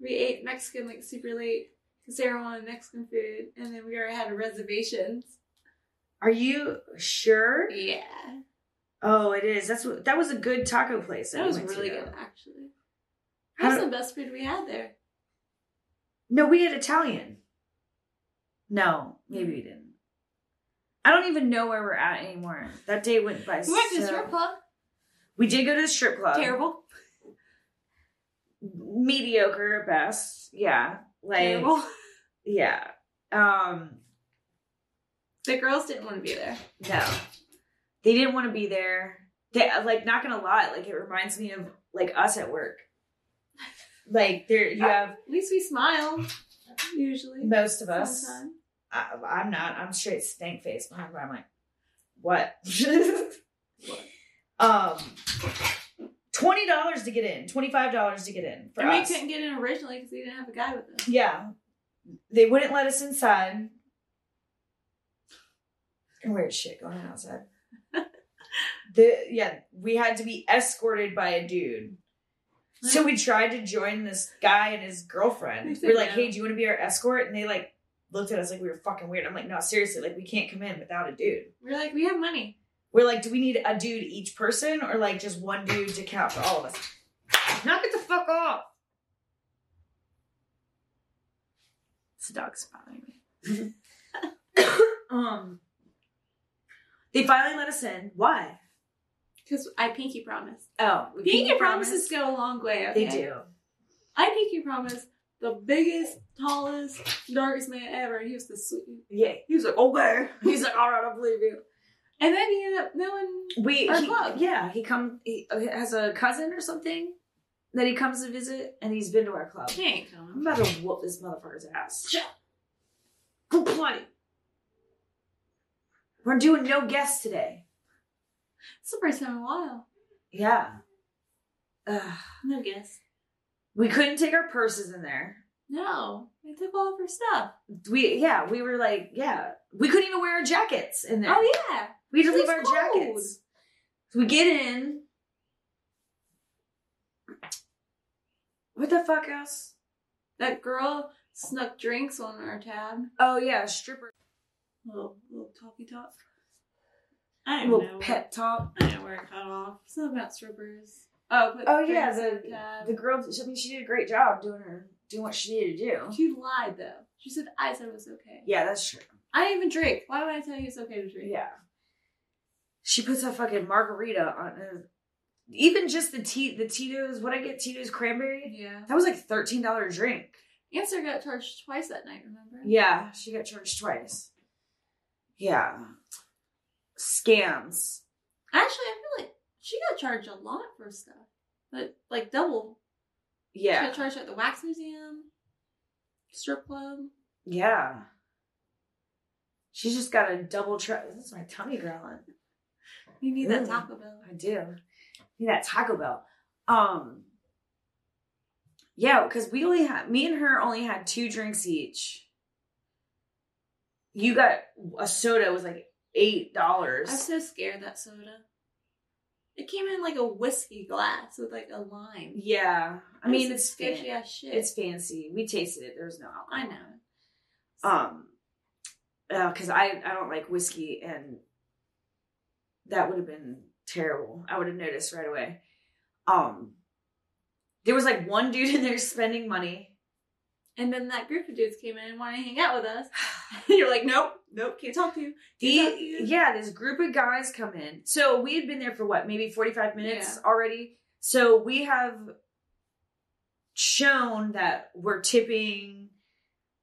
Speaker 1: We ate Mexican like super late because Sarah wanted Mexican food, and then we already had reservations.
Speaker 2: Are you sure?
Speaker 1: Yeah,
Speaker 2: Oh, it is. That's what that was a good taco place.
Speaker 1: that was
Speaker 2: we went
Speaker 1: really
Speaker 2: to.
Speaker 1: good actually.
Speaker 2: How
Speaker 1: That's
Speaker 2: do-
Speaker 1: the best food we had there.
Speaker 2: No, we had Italian. No, maybe we didn't. I don't even know where we're at anymore. That day went by.
Speaker 1: We went to
Speaker 2: so-
Speaker 1: the strip club.
Speaker 2: We did go to the strip club.
Speaker 1: Terrible.
Speaker 2: Mediocre at best. Yeah. Like
Speaker 1: Terrible. *laughs*
Speaker 2: yeah. Um
Speaker 1: The girls didn't want to be there.
Speaker 2: No, they didn't want to be there. They like not gonna lie. Like it reminds me of like us at work. Like there, you have
Speaker 1: At least we smile usually.
Speaker 5: Most of us.
Speaker 1: Sometimes.
Speaker 5: I, I'm not. I'm straight stank face whenever I'm like, what? *laughs* um, twenty dollars to get in. Twenty five dollars to get in for
Speaker 1: And we
Speaker 5: us.
Speaker 1: couldn't get in originally because we didn't have a guy with us.
Speaker 5: yeah, they wouldn't let us inside. Weird shit going on outside. the yeah, we had to be escorted by a dude. So we tried to join this guy and his
Speaker 1: They
Speaker 5: girlfriend.
Speaker 1: said
Speaker 5: We are like,
Speaker 1: no.
Speaker 5: hey, do you want to be our escort? And they like looked at us like we were fucking weird. I'm like, no, seriously, like we can't come in without a dude.
Speaker 1: We're like, we have money.
Speaker 5: We're like, do we need a dude each person or like just one dude to count for all of us? Knock it the fuck off.
Speaker 2: it's a dog spotting
Speaker 5: *laughs*
Speaker 2: me. um, they finally let us in. Why?
Speaker 1: Because I pinky promise.
Speaker 2: Oh, we
Speaker 1: Pinky,
Speaker 2: pinky
Speaker 1: promises go a long way.
Speaker 2: They
Speaker 1: okay?
Speaker 2: do.
Speaker 1: I pinky promise the biggest, tallest, darkest man ever. And he was the sweet.
Speaker 2: Yeah.
Speaker 1: He was like, okay.
Speaker 2: He's like, all right, I believe you.
Speaker 1: And then he ended up knowing.
Speaker 2: We
Speaker 1: Our
Speaker 2: he-
Speaker 1: club.
Speaker 2: yeah, he come he has a cousin or something that he comes to visit, and he's been to our club.
Speaker 1: He ain't
Speaker 2: I'm
Speaker 1: coming.
Speaker 2: about to whoop this motherfucker's ass.
Speaker 1: Shut
Speaker 2: Good play. We're doing no guests today.
Speaker 1: It's the first time in a while.
Speaker 2: Yeah. Ugh.
Speaker 1: No guess.
Speaker 2: we couldn't take our purses in there.
Speaker 1: No. They took all of her stuff.
Speaker 2: We yeah, we were like yeah, we couldn't even wear our jackets in there.
Speaker 1: Oh, yeah.
Speaker 2: we had to
Speaker 1: it
Speaker 2: leave our
Speaker 1: was cold.
Speaker 2: jackets. So we get in. What the fuck else?
Speaker 1: That girl snuck drinks on our tab.
Speaker 2: Oh yeah, stripper
Speaker 1: Little, little talky talk. I don't
Speaker 2: little
Speaker 1: know.
Speaker 2: pet top.
Speaker 1: I don't know where it cut off. Something about strippers. Oh, put
Speaker 2: Oh, yeah,
Speaker 1: drinks
Speaker 2: the-
Speaker 1: in tab.
Speaker 2: The girl, I mean, she did a great job doing her doing what she needed to do.
Speaker 1: She lied though. She said I said it was okay.
Speaker 2: Yeah, that's true.
Speaker 1: I didn't even drink. Why would I tell you it's okay to drink?
Speaker 2: Yeah, she puts a fucking margarita on. Uh, even just the tea, the Tito's. What I get Tito's cranberry.
Speaker 1: Yeah.
Speaker 2: That was like thirteen dollar drink.
Speaker 1: Answer got charged twice that night. Remember?
Speaker 2: Yeah, she got charged twice. Yeah, scams.
Speaker 1: Actually, I feel like she got charged a lot for stuff, but like double. She
Speaker 2: Yeah,
Speaker 1: got charged at the wax museum, strip club.
Speaker 2: yeah. She just got a double try. This is my tummy growling.
Speaker 1: You need that
Speaker 2: Ooh.
Speaker 1: Taco Bell.
Speaker 2: I do. Need that Taco Bell. Um Yeah, because we only had me and her only had two drinks each. You got a soda was like eight
Speaker 1: I was
Speaker 2: dollars.
Speaker 1: so scared that soda. It came in like a whiskey glass with like a lime.
Speaker 2: Yeah. I mean it's
Speaker 1: fishy
Speaker 2: fancy.
Speaker 1: ass shit.
Speaker 2: It's fancy. We tasted it. There was no alcohol.
Speaker 1: I know.
Speaker 2: Um because I, I don't like whiskey and that would have been terrible. I would have noticed right away. Um there was like one dude *laughs* in there spending money.
Speaker 1: And then that group of dudes came in and wanted to hang out with
Speaker 2: *sighs*
Speaker 1: us. *laughs* And you're like, nope, nope, can't talk to you.
Speaker 2: The,
Speaker 1: Can't talk to you.
Speaker 2: yeah, this group of guys come in. So we had been there for what, maybe 45 minutes already. So we have shown that we're tipping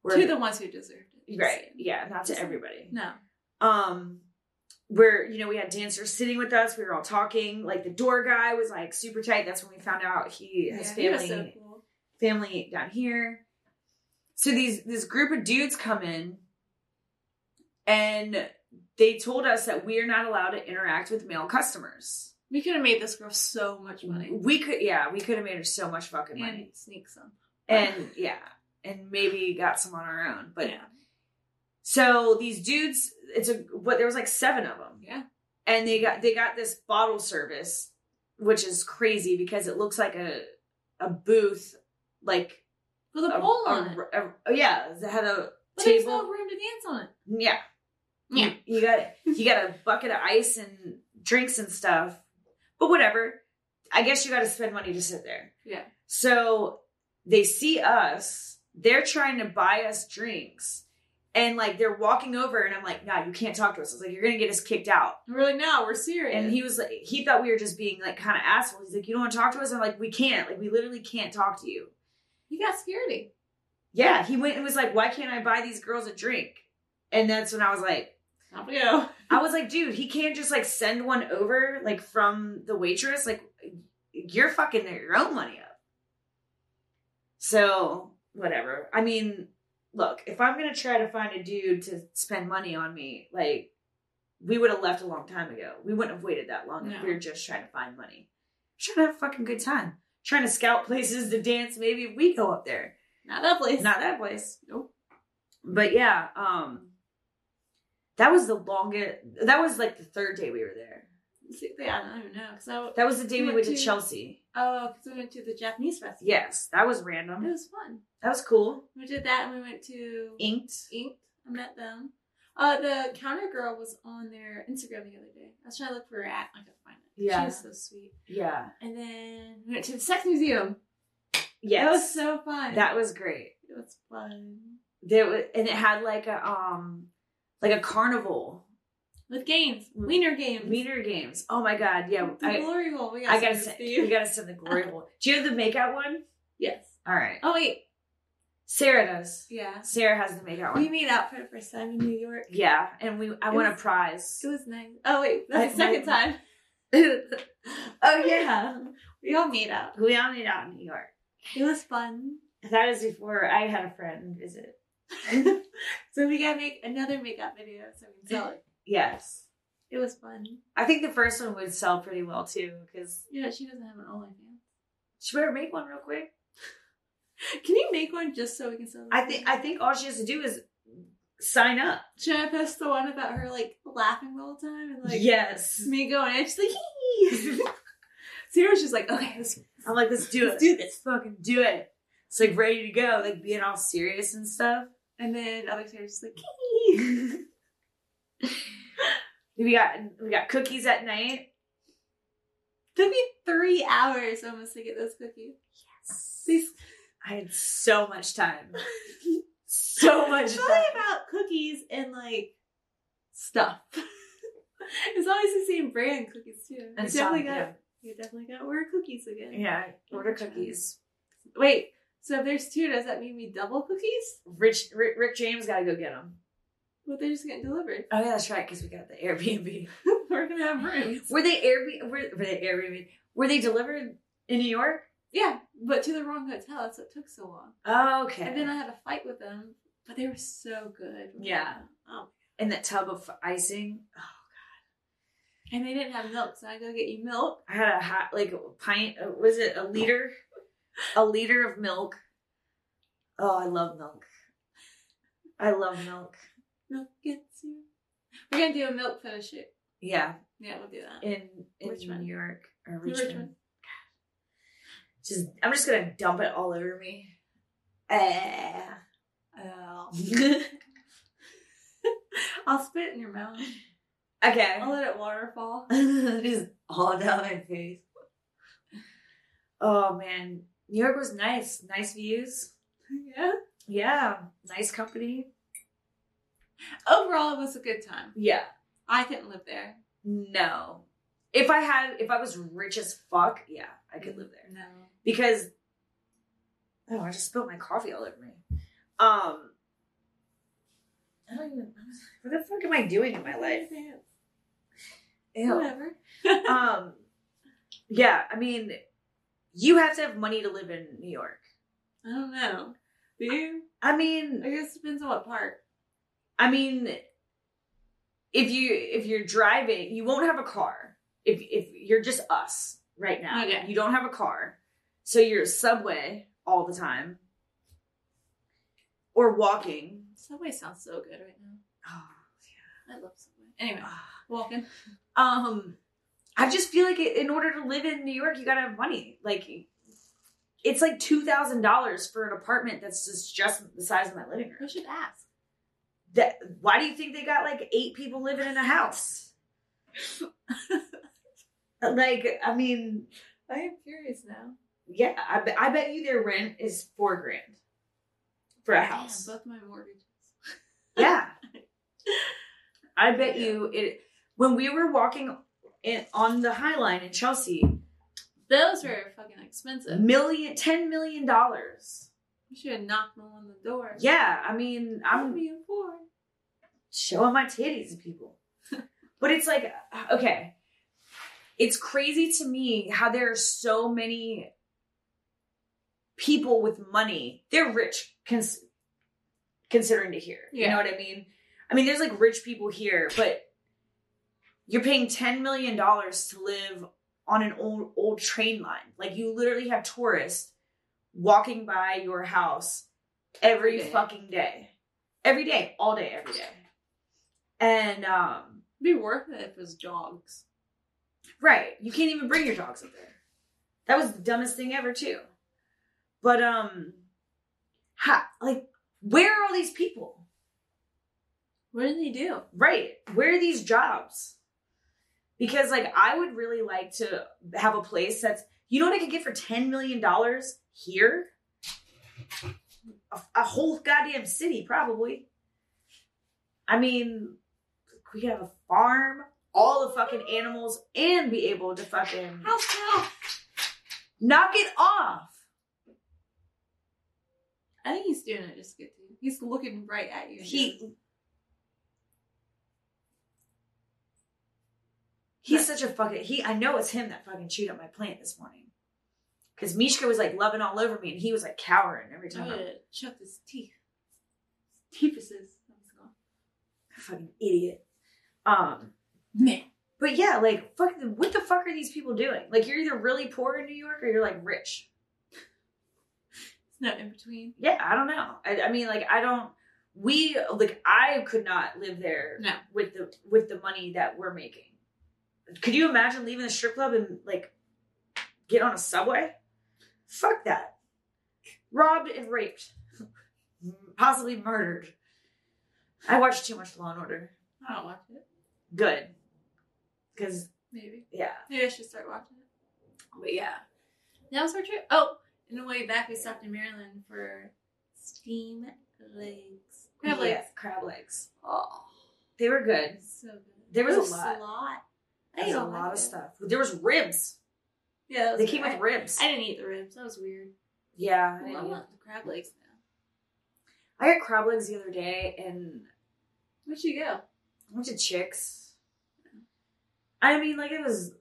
Speaker 1: To the ones who deserved it. just
Speaker 2: right.
Speaker 1: saying.
Speaker 2: Yeah, not to
Speaker 1: Just-
Speaker 2: everybody.
Speaker 1: No.
Speaker 2: Um where, you know, we had dancers sitting with us, we were all talking. Like the door guy was like super tight. That's when we found out he his
Speaker 1: Yeah,
Speaker 2: family
Speaker 1: he was so cool.
Speaker 2: family down here. So these this group of dudes come in and they told us that we are not allowed to interact with male customers.
Speaker 1: We could have made this girl so much money.
Speaker 2: We could yeah, we could have made her so much fucking
Speaker 1: And
Speaker 2: money.
Speaker 1: sneak some.
Speaker 2: And yeah, and maybe got some on our own. But
Speaker 1: yeah.
Speaker 2: so these dudes it's a what there was like seven of them.
Speaker 1: Yeah.
Speaker 2: And they got they got this bottle service, which is crazy because it looks like a a booth like
Speaker 1: With a
Speaker 2: a-
Speaker 1: bowl
Speaker 2: a-
Speaker 1: on it.
Speaker 2: a- oh, yeah, it had a
Speaker 1: But there's
Speaker 2: table.
Speaker 1: no room to dance on it.
Speaker 2: Yeah.
Speaker 1: Yeah.
Speaker 2: You, you got you got a bucket of ice and drinks and stuff. But whatever. I guess you got to spend money to sit there.
Speaker 1: Yeah.
Speaker 2: So they see us, they're trying to buy us drinks. And like they're walking over and I'm like, "Nah, you can't talk to us." I was like, "You're going to get us kicked out."
Speaker 1: And we're like, no, we're serious.
Speaker 2: And he was like he thought we were just being like kind of assholes. He's like, "You don't want to talk to us?" I'm like, "We can't. Like we literally can't talk to you."
Speaker 1: he got scaredy.
Speaker 2: Yeah, he went and was like, "Why can't I buy these girls a drink?" And that's when I was like,
Speaker 1: Off we go.
Speaker 2: I was like, dude, he can't just like send one over like from the waitress. Like, you're fucking your own money up. So whatever. I mean, look, if I'm gonna try to find a dude to spend money on me, like, we would have left a long time ago. We wouldn't have waited that long if we
Speaker 1: No.
Speaker 2: were just trying to find money. Trying to have a fucking good time. Trying to scout places to dance. Maybe if we go up there.
Speaker 1: Not that place.
Speaker 2: Not that place.
Speaker 1: Nope.
Speaker 2: But yeah, um that was the longest that was like the third day we were there.
Speaker 1: See, yeah, I don't know. Cause I,
Speaker 2: That was the day
Speaker 1: We
Speaker 2: we, went
Speaker 1: went
Speaker 2: to
Speaker 1: to-
Speaker 2: Chelsea.
Speaker 1: oh, because we went to the Japanese festival.
Speaker 2: Yes, that was
Speaker 1: It
Speaker 2: random.
Speaker 1: was fun.
Speaker 2: That was cool.
Speaker 1: We did that and we went to
Speaker 2: Inked.
Speaker 1: Inked. I met them. Uh, the counter girl was on their Instagram the other day. I was trying to look for her at. I couldn't find it.
Speaker 2: Yeah.
Speaker 1: She was so sweet.
Speaker 2: Yeah.
Speaker 1: And then we went to the Sex Museum.
Speaker 2: Yes.
Speaker 1: That was so fun.
Speaker 2: that was great.
Speaker 1: it was fun.
Speaker 2: There was, and it had like a um like a carnival.
Speaker 1: With games.
Speaker 2: Mm.
Speaker 1: Wiener games.
Speaker 2: Wiener games. Oh my god, yeah.
Speaker 1: The
Speaker 2: I,
Speaker 1: glory hole. We got
Speaker 2: I gotta
Speaker 1: some
Speaker 2: send
Speaker 1: for
Speaker 2: you
Speaker 1: you.
Speaker 2: gotta send the glory hole. Do you have the makeout one?
Speaker 1: Yes.
Speaker 2: All right.
Speaker 1: Oh, wait.
Speaker 2: Sarah does.
Speaker 1: Yeah.
Speaker 2: Sarah has the makeout
Speaker 1: We
Speaker 2: one.
Speaker 1: made out for the first time in New York.
Speaker 2: Yeah, and we I
Speaker 1: It
Speaker 2: won a
Speaker 1: was-
Speaker 2: prize.
Speaker 1: It was nice. Oh wait, that's the
Speaker 2: I-
Speaker 1: second
Speaker 2: my- *laughs*
Speaker 1: time. *laughs* oh yeah, we all made out.
Speaker 2: We all made out in New York.
Speaker 1: It was fun.
Speaker 2: That is before I had a friend visit. Mm-hmm.
Speaker 1: *laughs* so we gotta make another makeup video so we can sell it.
Speaker 2: Yes.
Speaker 1: It was fun.
Speaker 2: I think the first one would sell pretty well too, because
Speaker 1: Yeah, she doesn't have an OnlyFans.
Speaker 2: she better make one real quick.
Speaker 1: Can you make one just so we can sell? it?
Speaker 2: I think I think all she has to do is sign up.
Speaker 1: should I post the one about her like laughing the whole time and like
Speaker 2: yes.
Speaker 1: me going and she's like. "Hee." *laughs* Sarah was just like, okay, let's,
Speaker 2: I'm like, let's do it.
Speaker 1: let's do this.
Speaker 2: fucking do it. It's like ready to go, like being all serious and stuff.
Speaker 1: And then other Sarah's just like,
Speaker 2: We got we got cookies at night.
Speaker 1: *laughs* took me three hours almost to get those cookies. These-
Speaker 2: I had so much *laughs* time. so much
Speaker 1: It's really
Speaker 2: time.
Speaker 1: about cookies and like stuff. *laughs* it's always the same brand cookies too.
Speaker 2: And
Speaker 1: you definitely
Speaker 2: some-
Speaker 1: got
Speaker 2: yeah.
Speaker 1: you definitely got to order cookies again.
Speaker 2: Yeah, order cookies.
Speaker 1: Wait, so if there's two, does that mean we double cookies?
Speaker 2: Rich Rick, Rick James got to go get them.
Speaker 1: Well, they're just getting delivered. *laughs*
Speaker 2: Oh yeah, that's right. Because we got the Airbnb.
Speaker 1: We're gonna have rooms.
Speaker 2: Were they Airbnb? Were, were they Airbnb? Were they delivered in New York?
Speaker 1: Yeah, but to the wrong hotel. That's what took so long.
Speaker 2: Oh, okay.
Speaker 1: And then I had a fight with them, but they were so good.
Speaker 2: Yeah.
Speaker 1: Oh.
Speaker 2: and that tub of icing.
Speaker 1: And they didn't have milk, so I go get you milk.
Speaker 2: I had a hot, like a pint. uh, Was it a liter? A liter of milk. Oh, I love milk. I love milk.
Speaker 1: Milk gets you. We're gonna do a milk photo shoot.
Speaker 2: Yeah,
Speaker 1: Yeah, we'll do that.
Speaker 2: in in
Speaker 1: Richmond.
Speaker 2: New York or
Speaker 1: Richmond.
Speaker 2: Richmond. Just, I'm just gonna dump it all over me. Eh.
Speaker 1: Oh. I'll spit in your mouth.
Speaker 2: okay.
Speaker 1: I'll let it waterfall. *laughs*
Speaker 2: *laughs* just all down my face. Oh man, New York was nice. Nice views.
Speaker 1: Yeah.
Speaker 2: Yeah, nice company.
Speaker 1: Overall, it was a good time.
Speaker 2: Yeah.
Speaker 1: I couldn't live there.
Speaker 2: No. If I had, if I was rich as fuck, yeah, I could live there
Speaker 1: No.
Speaker 2: because. Oh, I just spilled my coffee all over me. Um. I don't even. What the fuck am I doing in my life? Ew.
Speaker 1: Whatever.
Speaker 2: *laughs* um. Yeah, I mean, you have to have money to live in New York.
Speaker 1: I don't know. Do you?
Speaker 2: I
Speaker 1: I
Speaker 2: mean,
Speaker 1: guess it depends on what part.
Speaker 2: I mean, if you if you're driving, you won't have a car. If if you're just us right now,
Speaker 1: Okay.
Speaker 2: you don't have a car, so you're subway all the time, or walking. *sighs*
Speaker 1: Subway sounds so good right now.
Speaker 2: Oh,
Speaker 1: I love Subway. Anyway,
Speaker 2: yeah.
Speaker 1: walking.
Speaker 2: Um, I just feel like in order to live in New York, you gotta have money. Like, it's like two thousand dollars for an apartment that's just just the size of my living room.
Speaker 1: We should ask.
Speaker 2: That why do you think they got like eight people living in a house? *laughs* like, I mean,
Speaker 1: I am curious now.
Speaker 2: yeah, I, bet- I bet you their rent is four grand for a house.
Speaker 1: Damn, both my mortgages.
Speaker 2: *laughs* yeah,
Speaker 1: *laughs*
Speaker 2: I bet
Speaker 1: Yeah.
Speaker 2: you it. When we were walking in, on the High Line in Chelsea,
Speaker 1: Those were fucking
Speaker 2: Mm.
Speaker 1: expensive.
Speaker 2: million, ten million dollars.
Speaker 1: You should have knocked them on the door.
Speaker 2: Yeah, I mean,
Speaker 1: I'm
Speaker 2: I'm
Speaker 1: being poor.
Speaker 2: showing my titties to people, *laughs* but it's like, uh, okay, it's crazy to me how there are so many people with money. They're rich, cons- considering to here. You
Speaker 1: Yeah.
Speaker 2: know what I mean? I mean, there's like rich people here, but you're paying ten million dollars to live on an old old train line. Like you literally have tourists walking by your house every
Speaker 1: Every day.
Speaker 2: fucking day, every day, all day, every day. And um,
Speaker 1: It'd be worth it if it was jogs.
Speaker 2: right, you can't even bring your dogs up there. That was the dumbest thing ever, too. But um, ha, like, where are all these people?
Speaker 1: What did they do?
Speaker 2: Right. Where are these jobs? Because like I would really like to have a place that's you know what I could get for ten million dollars here? A, a whole goddamn city, probably. I mean, we could have a farm, all the fucking animals, and be able to fucking
Speaker 1: House help.
Speaker 2: knock it off.
Speaker 1: I think he's doing it just to get to you. He's looking right at you.
Speaker 2: He He's such a fucking he I know it's him that fucking chewed up my plant this morning. Cause Mishka was like loving all over me and he was like cowering every
Speaker 1: I'm
Speaker 2: time.
Speaker 1: gonna chuck his teeth. Teefuses.
Speaker 2: I'm a fucking idiot. Um
Speaker 1: Man.
Speaker 2: but yeah, like fuck what the fuck are these people doing? Like you're either really poor in New York or you're like rich.
Speaker 1: It's not in between.
Speaker 2: Yeah, I don't know. I, I mean, like, I don't. We like, I could not live there
Speaker 1: No.
Speaker 2: with the with the money that we're making. Could you imagine leaving the strip club and like get on a subway? Fuck that. Robbed and raped, possibly murdered. I watched too much Law and Order.
Speaker 1: I don't watch it.
Speaker 2: Good, because
Speaker 1: Maybe.
Speaker 2: yeah,
Speaker 1: Maybe I should start watching it.
Speaker 2: but yeah,
Speaker 1: That was our trip. Oh, and the way back we stopped in Maryland for steam legs. Crab legs.
Speaker 2: Yeah, crab legs.
Speaker 1: Oh,
Speaker 2: They were good.
Speaker 1: so good.
Speaker 2: There was a
Speaker 1: Ooh,
Speaker 2: lot.
Speaker 1: Slot. I
Speaker 2: There
Speaker 1: ate
Speaker 2: was a
Speaker 1: all
Speaker 2: lot
Speaker 1: it.
Speaker 2: of stuff. There was ribs.
Speaker 1: Yeah, that was
Speaker 2: They came
Speaker 1: good.
Speaker 2: with ribs.
Speaker 1: I didn't eat the ribs. That was weird.
Speaker 2: yeah, I
Speaker 1: I,
Speaker 2: didn't
Speaker 1: I
Speaker 2: eat
Speaker 1: want the crab legs now.
Speaker 2: I got crab legs the other day and
Speaker 1: Where'd you go?
Speaker 2: I went to Chicks. I mean, like it was.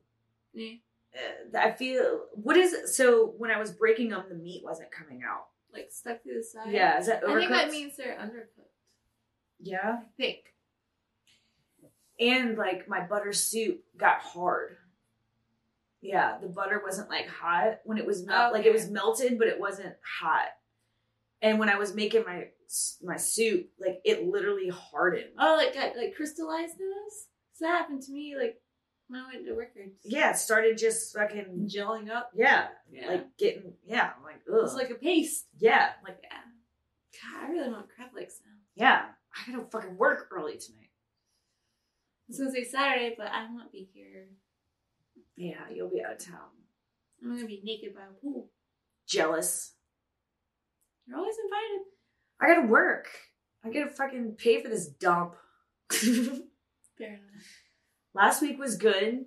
Speaker 1: Yeah.
Speaker 2: Uh, I feel what is so when I was breaking them, the meat wasn't coming out.
Speaker 1: Like stuck to the side.
Speaker 2: yeah, is that overcooked?
Speaker 1: I think that means they're undercooked.
Speaker 2: yeah,
Speaker 1: I think.
Speaker 2: and like my butter soup got hard. Yeah, the butter wasn't like hot when it was melt. Like it was
Speaker 1: Okay.
Speaker 2: melted, but it wasn't hot. And when I was making my s- my soup, like it literally hardened.
Speaker 1: Oh, like got like crystallized nose. So that happened to me like when I went to Wickards.
Speaker 2: Yeah, it started just fucking
Speaker 1: Gelling up.
Speaker 2: yeah,
Speaker 1: Yeah.
Speaker 2: like getting yeah. I'm like
Speaker 1: it
Speaker 2: ugh.
Speaker 1: was like a paste.
Speaker 2: Yeah, like
Speaker 1: Like yeah. God, I really want crab legs now.
Speaker 2: yeah, I gotta fucking work early tonight.
Speaker 1: I was gonna say Saturday, but I won't be here.
Speaker 2: Yeah, you'll be out of town.
Speaker 1: I'm gonna be naked by a pool.
Speaker 2: Jealous.
Speaker 1: You're always invited.
Speaker 2: I gotta work. I gotta fucking pay for this dump. *laughs*
Speaker 1: Fair enough.
Speaker 2: Last week was good.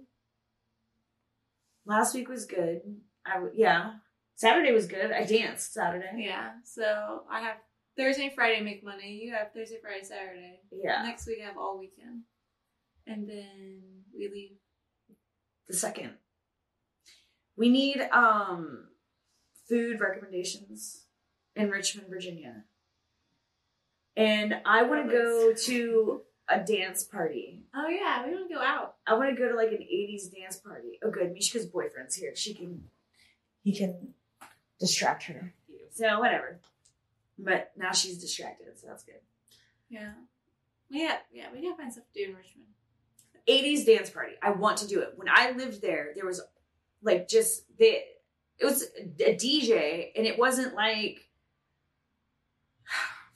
Speaker 2: Last week was good. I w- yeah. Saturday was good. I danced Saturday.
Speaker 1: Yeah. So I have Thursday, Friday make money. You have Thursday, Friday, Saturday.
Speaker 2: Yeah.
Speaker 1: Next week I have all weekend. And then we leave.
Speaker 2: The second. We need um food recommendations in Richmond, Virginia. And I want to go to a dance party
Speaker 1: Oh yeah, we don't go out.
Speaker 2: I want to go to like an 80s dance party. Oh, good. Mishka's boyfriend's here. She can.
Speaker 5: He can distract her.
Speaker 2: So, whatever. But now she's distracted, so that's good.
Speaker 1: Yeah. Yeah, yeah, we gotta find stuff to do in Richmond.
Speaker 2: 80s dance party. I want to do it. When I lived there, there was like just the. It was a DJ, and it wasn't like. *sighs*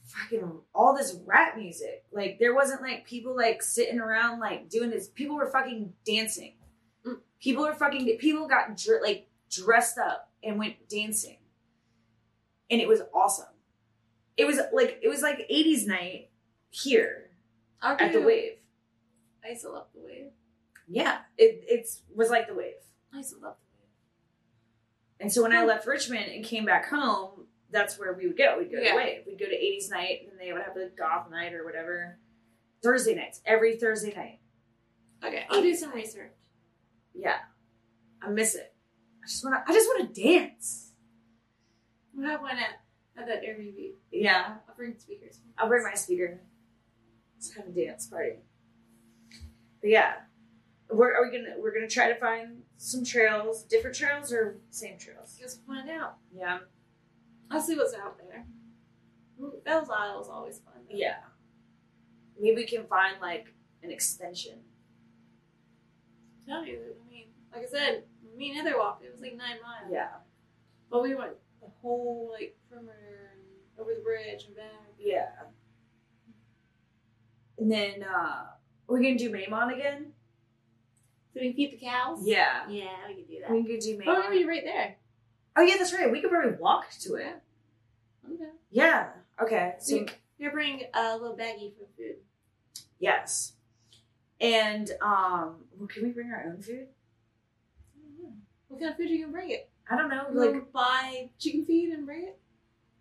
Speaker 2: Fucking all this rap music. Like, there wasn't like people like sitting around like doing this. People were fucking dancing.
Speaker 1: Mm.
Speaker 2: People were fucking. People got dr- like dressed up and went dancing. And it was awesome. It was like, it was like 80s night here
Speaker 1: I'll
Speaker 2: at the
Speaker 1: do-
Speaker 2: Wave.
Speaker 1: I used to love the wave.
Speaker 2: Yeah, it it's was like the wave.
Speaker 1: I used to love the wave.
Speaker 2: And so when I left Richmond and came back home, that's where we would go. We'd go to
Speaker 1: Yeah.
Speaker 2: the wave. We'd go to 80s night, and they would have the goth night or whatever. Thursday nights, every Thursday night.
Speaker 1: Okay, I'll do some research.
Speaker 2: Yeah, I miss it. I just wanna, I just wanna dance.
Speaker 1: We'll have one at, at that Airbnb.
Speaker 2: Yeah,
Speaker 1: I'll bring speakers.
Speaker 2: I'll bring my speaker. Let's have a dance party. But yeah, we're are we gonna we're gonna try to find some trails, different trails or same trails.
Speaker 1: Just find out.
Speaker 2: Yeah,
Speaker 1: I'll see what's out there. Bell's Isle is always fun. though.
Speaker 2: Yeah. Maybe we can find like an extension.
Speaker 1: tell you that, I mean, like I said, me and Heather walked. It was like nine miles.
Speaker 2: Yeah.
Speaker 1: But we went the whole like perimeter and over the bridge and back.
Speaker 2: Yeah. And then uh we're gonna do Maimon again?
Speaker 1: So we can feed the cows.
Speaker 2: Yeah.
Speaker 1: Yeah, we can do that.
Speaker 2: We can do
Speaker 1: Oh, we're gonna
Speaker 2: Maimon.
Speaker 1: be right there.
Speaker 2: Oh yeah, that's right. We could probably walk to it.
Speaker 1: Okay.
Speaker 2: Yeah. Okay. So
Speaker 1: You're bringing a little baggie for food.
Speaker 2: yes. And um well, can we bring our own food?
Speaker 1: What kind of food are you gonna bring it?
Speaker 2: I don't know.
Speaker 1: You
Speaker 2: Like
Speaker 1: gonna buy chicken feed and bring it?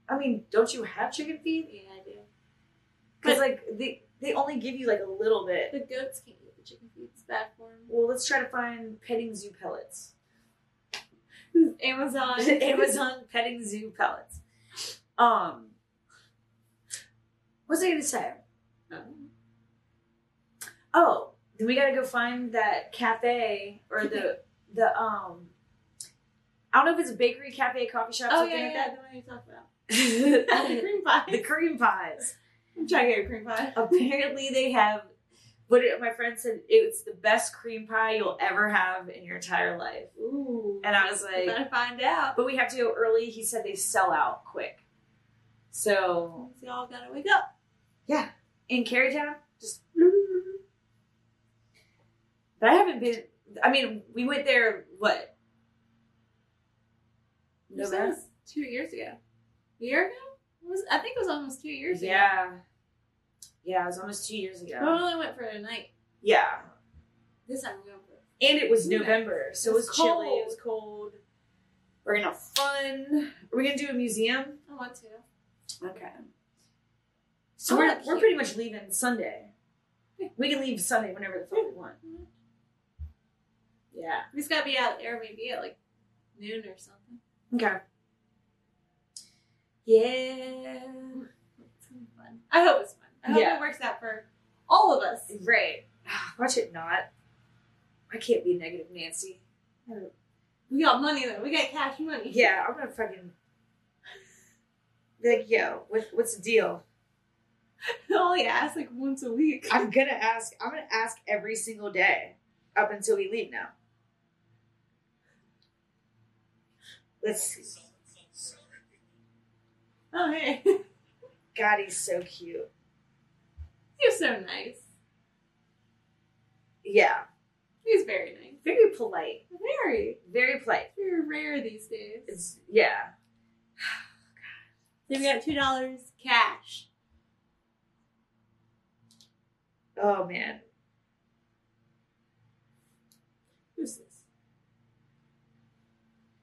Speaker 2: I mean, don't you have chicken feed?
Speaker 1: Yeah, I do.
Speaker 2: Because like they they only give you like a little bit.
Speaker 1: The goats can't eat the chicken feed. It's bad for them.
Speaker 2: Well, let's try to find petting zoo pellets.
Speaker 1: *laughs* Amazon.
Speaker 2: *laughs* Amazon petting zoo pellets. Um, what was I gonna say?
Speaker 1: Um,
Speaker 2: Oh, then we gotta go find that cafe
Speaker 1: *laughs*
Speaker 2: or the the um. I don't know if it's a bakery, cafe, coffee shop,
Speaker 1: oh
Speaker 2: something
Speaker 1: yeah,
Speaker 2: like
Speaker 1: yeah. The one you talked about. the *laughs*
Speaker 2: that.
Speaker 1: cream pie.
Speaker 2: *laughs* the cream pies.
Speaker 1: I'm trying to get a cream pie.
Speaker 2: apparently they have what it, my friend said it's the best cream pie you'll ever have in your entire life
Speaker 1: Ooh.
Speaker 2: and i was
Speaker 1: I
Speaker 2: like
Speaker 1: gotta find out.
Speaker 2: but we have to go early he said they sell out quick so
Speaker 1: So y'all gotta wake up.
Speaker 2: in carytown just Mm-hmm. but i haven't been i mean we went there what
Speaker 1: This
Speaker 2: November?
Speaker 1: was two years ago. A year ago? It was I think it was almost two years ago. Oh.
Speaker 2: yeah yeah it was almost two years
Speaker 1: But I
Speaker 2: ago
Speaker 1: only went for a night.
Speaker 2: yeah
Speaker 1: This time I'm going for
Speaker 2: and it was
Speaker 1: Ooh, nice.
Speaker 2: november so it
Speaker 1: It was
Speaker 2: was chilly it
Speaker 1: cold.
Speaker 2: was cold we're gonna have fun are we gonna do a museum
Speaker 1: I want to.
Speaker 2: Okay. So
Speaker 1: Oh,
Speaker 2: we're,
Speaker 1: that's
Speaker 2: we're
Speaker 1: cute.
Speaker 2: pretty much leaving Sunday. We can leave Sunday whenever the fuck we want. Yeah.
Speaker 1: We just gotta be out Airbnb at like noon or something.
Speaker 2: Okay. Yeah.
Speaker 1: It's gonna be fun. I hope it's fun. I hope
Speaker 2: Yeah.
Speaker 1: it works out for all of us.
Speaker 2: Right. *sighs* Watch it not. I can't be negative, Nancy.
Speaker 1: We got money though. We got cash money. *laughs*
Speaker 2: Yeah, I'm gonna fucking be like, yo, what, what's the deal?
Speaker 1: Only ask like once a week.
Speaker 2: I'm gonna ask. I'm gonna ask every single day up until we leave now. Let's see.
Speaker 1: Oh hey, *laughs*
Speaker 2: God, he's so cute.
Speaker 1: you're so nice.
Speaker 2: Yeah.
Speaker 1: He's very nice.
Speaker 2: Very polite.
Speaker 1: Very.
Speaker 2: Very polite.
Speaker 1: You're rare these days.
Speaker 2: It's yeah.
Speaker 1: Then we got two dollars cash.
Speaker 2: Oh man.
Speaker 1: Who's this?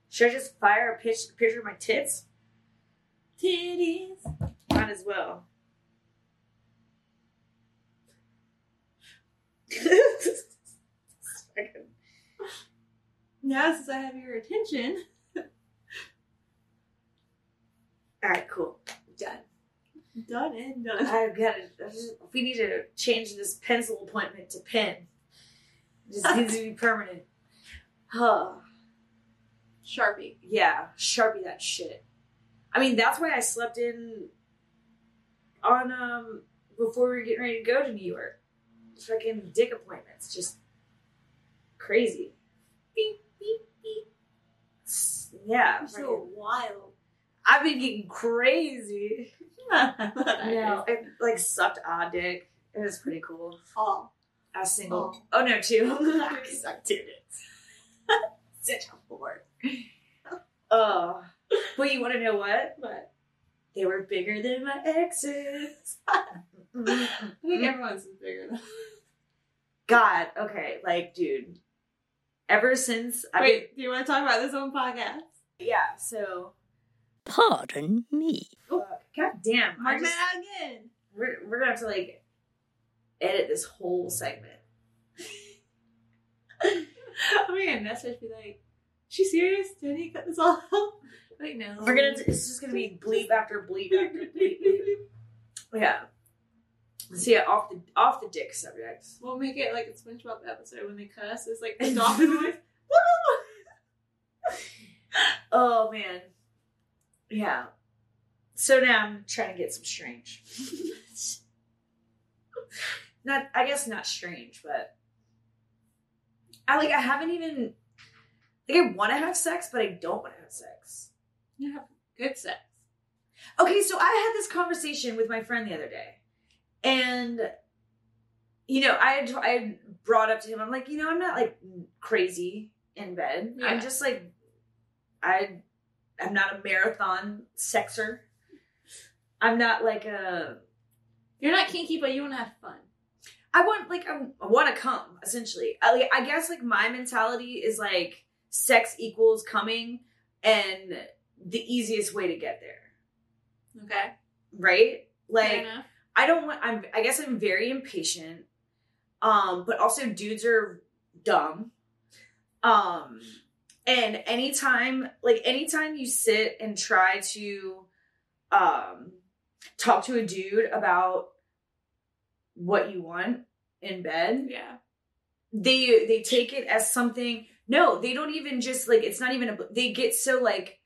Speaker 2: Should I just fire a pitch, picture of my tits?
Speaker 1: Titties.
Speaker 2: Might as well. *laughs*
Speaker 1: Now since I have your attention,
Speaker 2: Alright, cool. Done.
Speaker 1: done and done.
Speaker 2: I've got to, we need to change this pencil appointment to pen. It just needs
Speaker 1: *laughs*
Speaker 2: to be permanent. Huh.
Speaker 1: Sharpie.
Speaker 2: Yeah, sharpie that shit. I mean, that's why I slept in on um before we were getting ready to go to New York. Fucking dick appointments, just crazy.
Speaker 1: Beep beep beep.
Speaker 2: S- Yeah,
Speaker 1: I'm so wild. *laughs*
Speaker 2: I've been getting crazy.
Speaker 1: no.
Speaker 2: I like sucked odd dick. It was pretty cool.
Speaker 1: Oh.
Speaker 2: I was single. Oh, no, *laughs* two. I sucked two dicks. *laughs* Such a whore. *laughs* Oh, well, you want to know what?
Speaker 1: But
Speaker 2: They were bigger than my exes. *laughs*
Speaker 1: I think everyone's is bigger than
Speaker 2: God, okay, like, dude. Ever since I
Speaker 1: Wait, do you want to talk about this on podcast?
Speaker 2: yeah, so
Speaker 3: Pardon me.
Speaker 2: uh, God damn, I
Speaker 1: Mark
Speaker 2: just,
Speaker 1: that out again. *laughs*
Speaker 2: we're we're gonna have to like edit this whole segment.
Speaker 1: I'm gonna message be like, she serious? Did he cut this all out? Wait, no.
Speaker 2: We're gonna
Speaker 1: *laughs*
Speaker 2: it's just gonna be bleep after bleep after bleep. *laughs* bleep. Yeah.
Speaker 1: Mm.
Speaker 2: So yeah, off the off the dick subjects.
Speaker 1: We'll make it like a SpongeBob episode when they cuss. It's like the *laughs* dolphin noise.
Speaker 2: *laughs* Oh man. Yeah. So now I'm trying to get some strange. not I guess not strange, but I like I haven't even like I wanna have sex, but I don't wanna have sex.
Speaker 1: You have good sex.
Speaker 2: Okay, so I had this conversation with my friend the other day, and you know, I had I had brought up to him. I'm like, you know, I'm not like crazy in bed.
Speaker 1: Yeah.
Speaker 2: I'm just like, I, I'm not a marathon sexer. I'm not like a.
Speaker 1: You're not kinky, but you want to have fun.
Speaker 2: I want like I, I want to come essentially. I, like, I guess like my mentality is like sex equals coming, and the easiest way to get there.
Speaker 1: Okay.
Speaker 2: right? Like
Speaker 1: Fair enough.
Speaker 2: I don't want I'm I guess I'm very impatient. Um, but also dudes are dumb. Um and anytime like anytime you sit and try to um talk to a dude about what you want in bed,
Speaker 1: Yeah.
Speaker 2: they they take it as something no they don't even just like it's not even a they get so like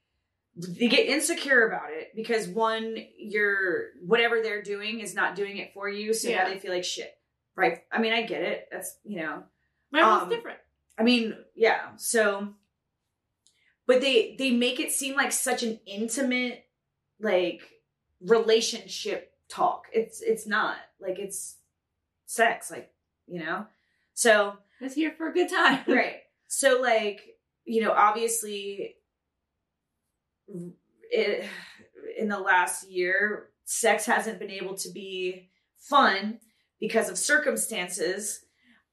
Speaker 2: they get insecure about it because one you're whatever they're doing is not doing it for you so
Speaker 1: Yeah.
Speaker 2: now they feel like shit right i mean i get it that's you know
Speaker 1: My one's
Speaker 2: Um,
Speaker 1: different.
Speaker 2: i mean yeah so but they they make it seem like such an intimate like relationship talk it's it's not like it's sex like you know so
Speaker 1: It's here for a good *laughs* time.
Speaker 2: *laughs* right so like you know obviously it, in the last year sex hasn't been able to be fun because of circumstances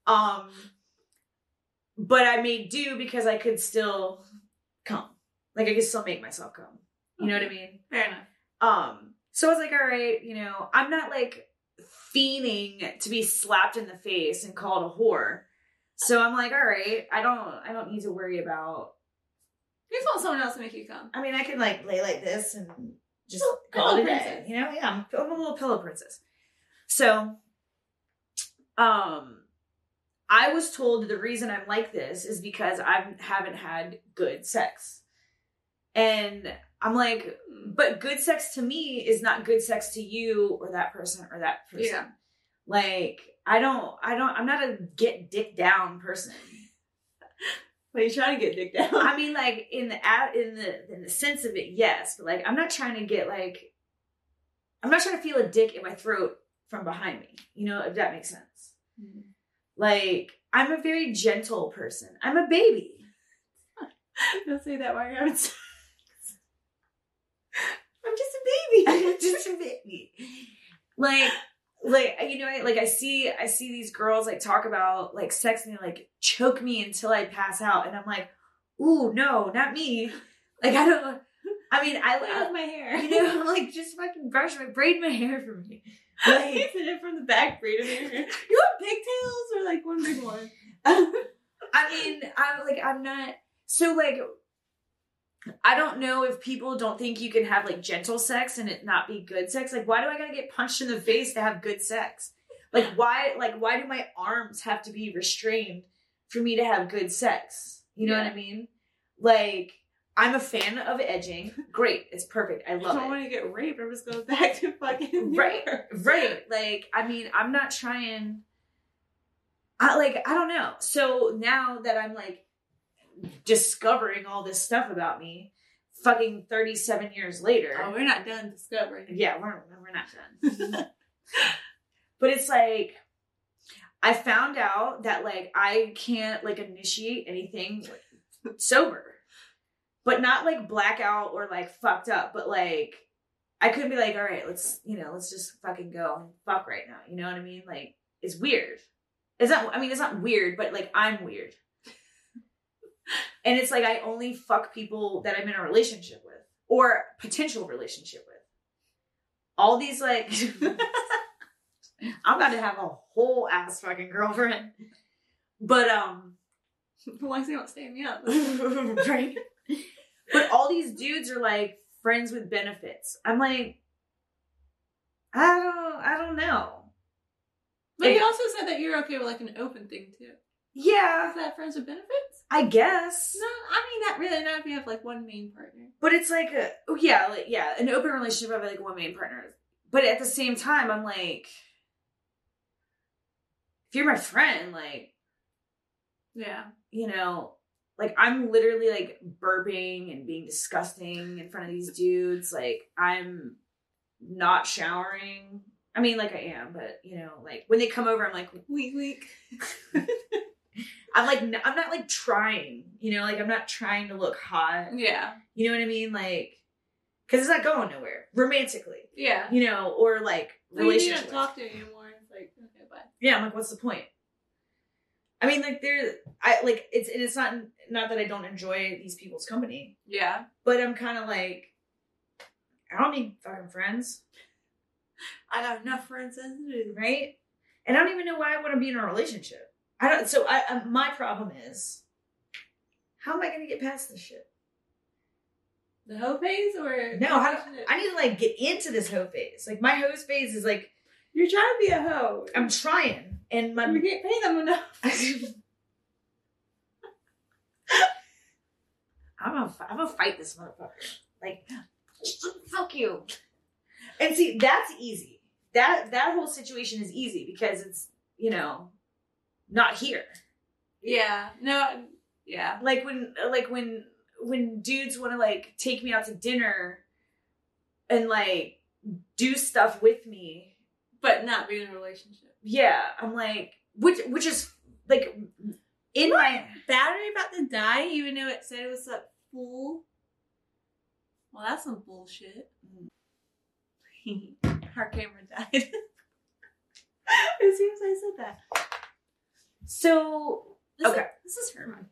Speaker 2: um but i made do because i could still come like i could still make myself come you know what i mean
Speaker 1: Fair enough.
Speaker 2: um, so I was like, all right, you know, I'm not like fiending to be slapped in the face and called a whore. So I'm like, all right, I don't, I don't need to worry about.
Speaker 1: You just want someone else to make you come.
Speaker 5: I mean, I can like lay like this and just
Speaker 1: Well,
Speaker 5: call it a
Speaker 1: Oh, pillow
Speaker 5: day.
Speaker 1: princess.
Speaker 5: You know, yeah, I'm
Speaker 2: I'm a little pillow princess. So, um, I was told the reason I'm like this is because I haven't had good sex, and I'm like,
Speaker 1: Hmm.
Speaker 2: but good sex to me is not good sex to you or that person or that person.
Speaker 1: Yeah.
Speaker 2: Like I don't I don't I'm not a get dick down person.
Speaker 1: But you're trying to get dick down. *laughs*
Speaker 2: I mean like in the at in the in the sense of it, yes, but like I'm not trying to get like I'm not trying to feel a dick in my throat from behind me. You know, if that makes sense.
Speaker 1: Mm-hmm.
Speaker 2: Like I'm a very gentle person. I'm a baby. *laughs*
Speaker 1: Don't say that while you're having sex.
Speaker 2: I'm just a
Speaker 1: *laughs*
Speaker 2: baby. I'm just a baby. Like, like you know, I, like I see, I see these girls like talk about like sex and they like choke me until I pass out, and I'm like, ooh, no, not me. Like I don't. I mean,
Speaker 1: Play with
Speaker 2: I,
Speaker 1: my hair.
Speaker 2: I
Speaker 1: *laughs*
Speaker 2: you know, *laughs* I'm like just fucking brush my braid my hair for
Speaker 1: Like,
Speaker 2: me.
Speaker 1: *laughs*
Speaker 2: Like,
Speaker 1: it's in it from the back braid of your hair. You want pigtails or like one big *laughs* one? I
Speaker 2: I mean, I'm like, I'm not so like. I don't know if people don't think you can have like gentle sex and it not be good sex. Like, why do I gotta get punched in the face to have good sex? Like, why? Like, why do my arms have to be restrained for me to have good sex? You know
Speaker 1: Yeah.
Speaker 2: what I mean? Like, I'm a fan of edging. Great, it's perfect. I love
Speaker 1: don't
Speaker 2: it
Speaker 1: want to get raped. I'm just going back to fucking *laughs*
Speaker 2: Right.
Speaker 1: mirror.
Speaker 2: right like i mean i'm not trying i like i don't know so now that i'm like discovering all this stuff about me fucking 37 years later
Speaker 1: Oh, we're not done discovering. *laughs*
Speaker 2: yeah we're, we're not done but it's like i found out that like i can't like initiate anything like, sober but not like blackout or like fucked up but like i couldn't be like all right let's you know let's just fucking go and fuck right now you know what i mean like it's weird it's not i mean it's not weird but like i'm weird and it's like i only fuck people that i'm in a relationship with or potential relationship with all these like i'm about to have a whole ass fucking girlfriend but um *laughs*
Speaker 1: As long as they don't stand me up. *laughs*
Speaker 2: right but all these dudes are like friends with benefits i'm like i don't i don't know
Speaker 1: But
Speaker 2: Hey.
Speaker 1: you also said that you're okay with like an open thing too.
Speaker 2: yeah
Speaker 1: Is that friends with benefits?
Speaker 2: i guess
Speaker 1: No, I mean not really. Not if you have like one main partner.
Speaker 2: but it's like a oh yeah like yeah an open relationship of like one main partner but at the same time i'm like if you're my friend like
Speaker 1: Yeah.
Speaker 2: you know, like I'm literally like burping and being disgusting in front of these dudes. Like I'm not showering. I mean, like I am, but you know, like when they come over, I'm like,
Speaker 1: Wink, wink.
Speaker 2: I'm like, n- I'm not like trying, you know, like I'm not trying to look hot.
Speaker 1: Yeah.
Speaker 2: You know what I mean? Like, cause it's not going nowhere romantically,
Speaker 1: Yeah.
Speaker 2: you know, or like
Speaker 1: Like, you
Speaker 2: relationship.
Speaker 1: don't talk to anymore. It's like okay, bye.
Speaker 2: yeah, I'm like, what's the point? I mean, like there, I like it's, and it's not, not that I don't enjoy these people's company.
Speaker 1: Yeah.
Speaker 2: but I'm kind of like,
Speaker 5: I don't need fucking friends,
Speaker 1: I don't have enough friends as it is.
Speaker 5: right? And I don't even know why I want to be in a relationship. I don't. So I, I my problem is, how am I going to get past this shit?
Speaker 1: The hoe phase or
Speaker 5: No, how do, I need to like get into this hoe phase. Like my hoe phase is like
Speaker 1: You're trying to be a hoe.
Speaker 5: I'm trying, and my
Speaker 1: we can't pay them
Speaker 2: *laughs*
Speaker 1: enough.
Speaker 2: I'm gonna, fi- I'm gonna fight this motherfucker. Like, fuck you. And see, that's easy. That that whole situation is easy because it's you know not here.
Speaker 1: *laughs* Yeah. No. Yeah.
Speaker 2: Like when like when when dudes want to like take me out to dinner and like do stuff with me.
Speaker 1: But not being in a relationship.
Speaker 2: Yeah, I'm like which which is like in my
Speaker 1: Battery about to die, even though it said it was like full. Well, that's some bullshit. *laughs* Our camera died. *laughs* as soon as I said that.
Speaker 2: so
Speaker 1: This
Speaker 2: Okay.
Speaker 1: Is, this is her. mind.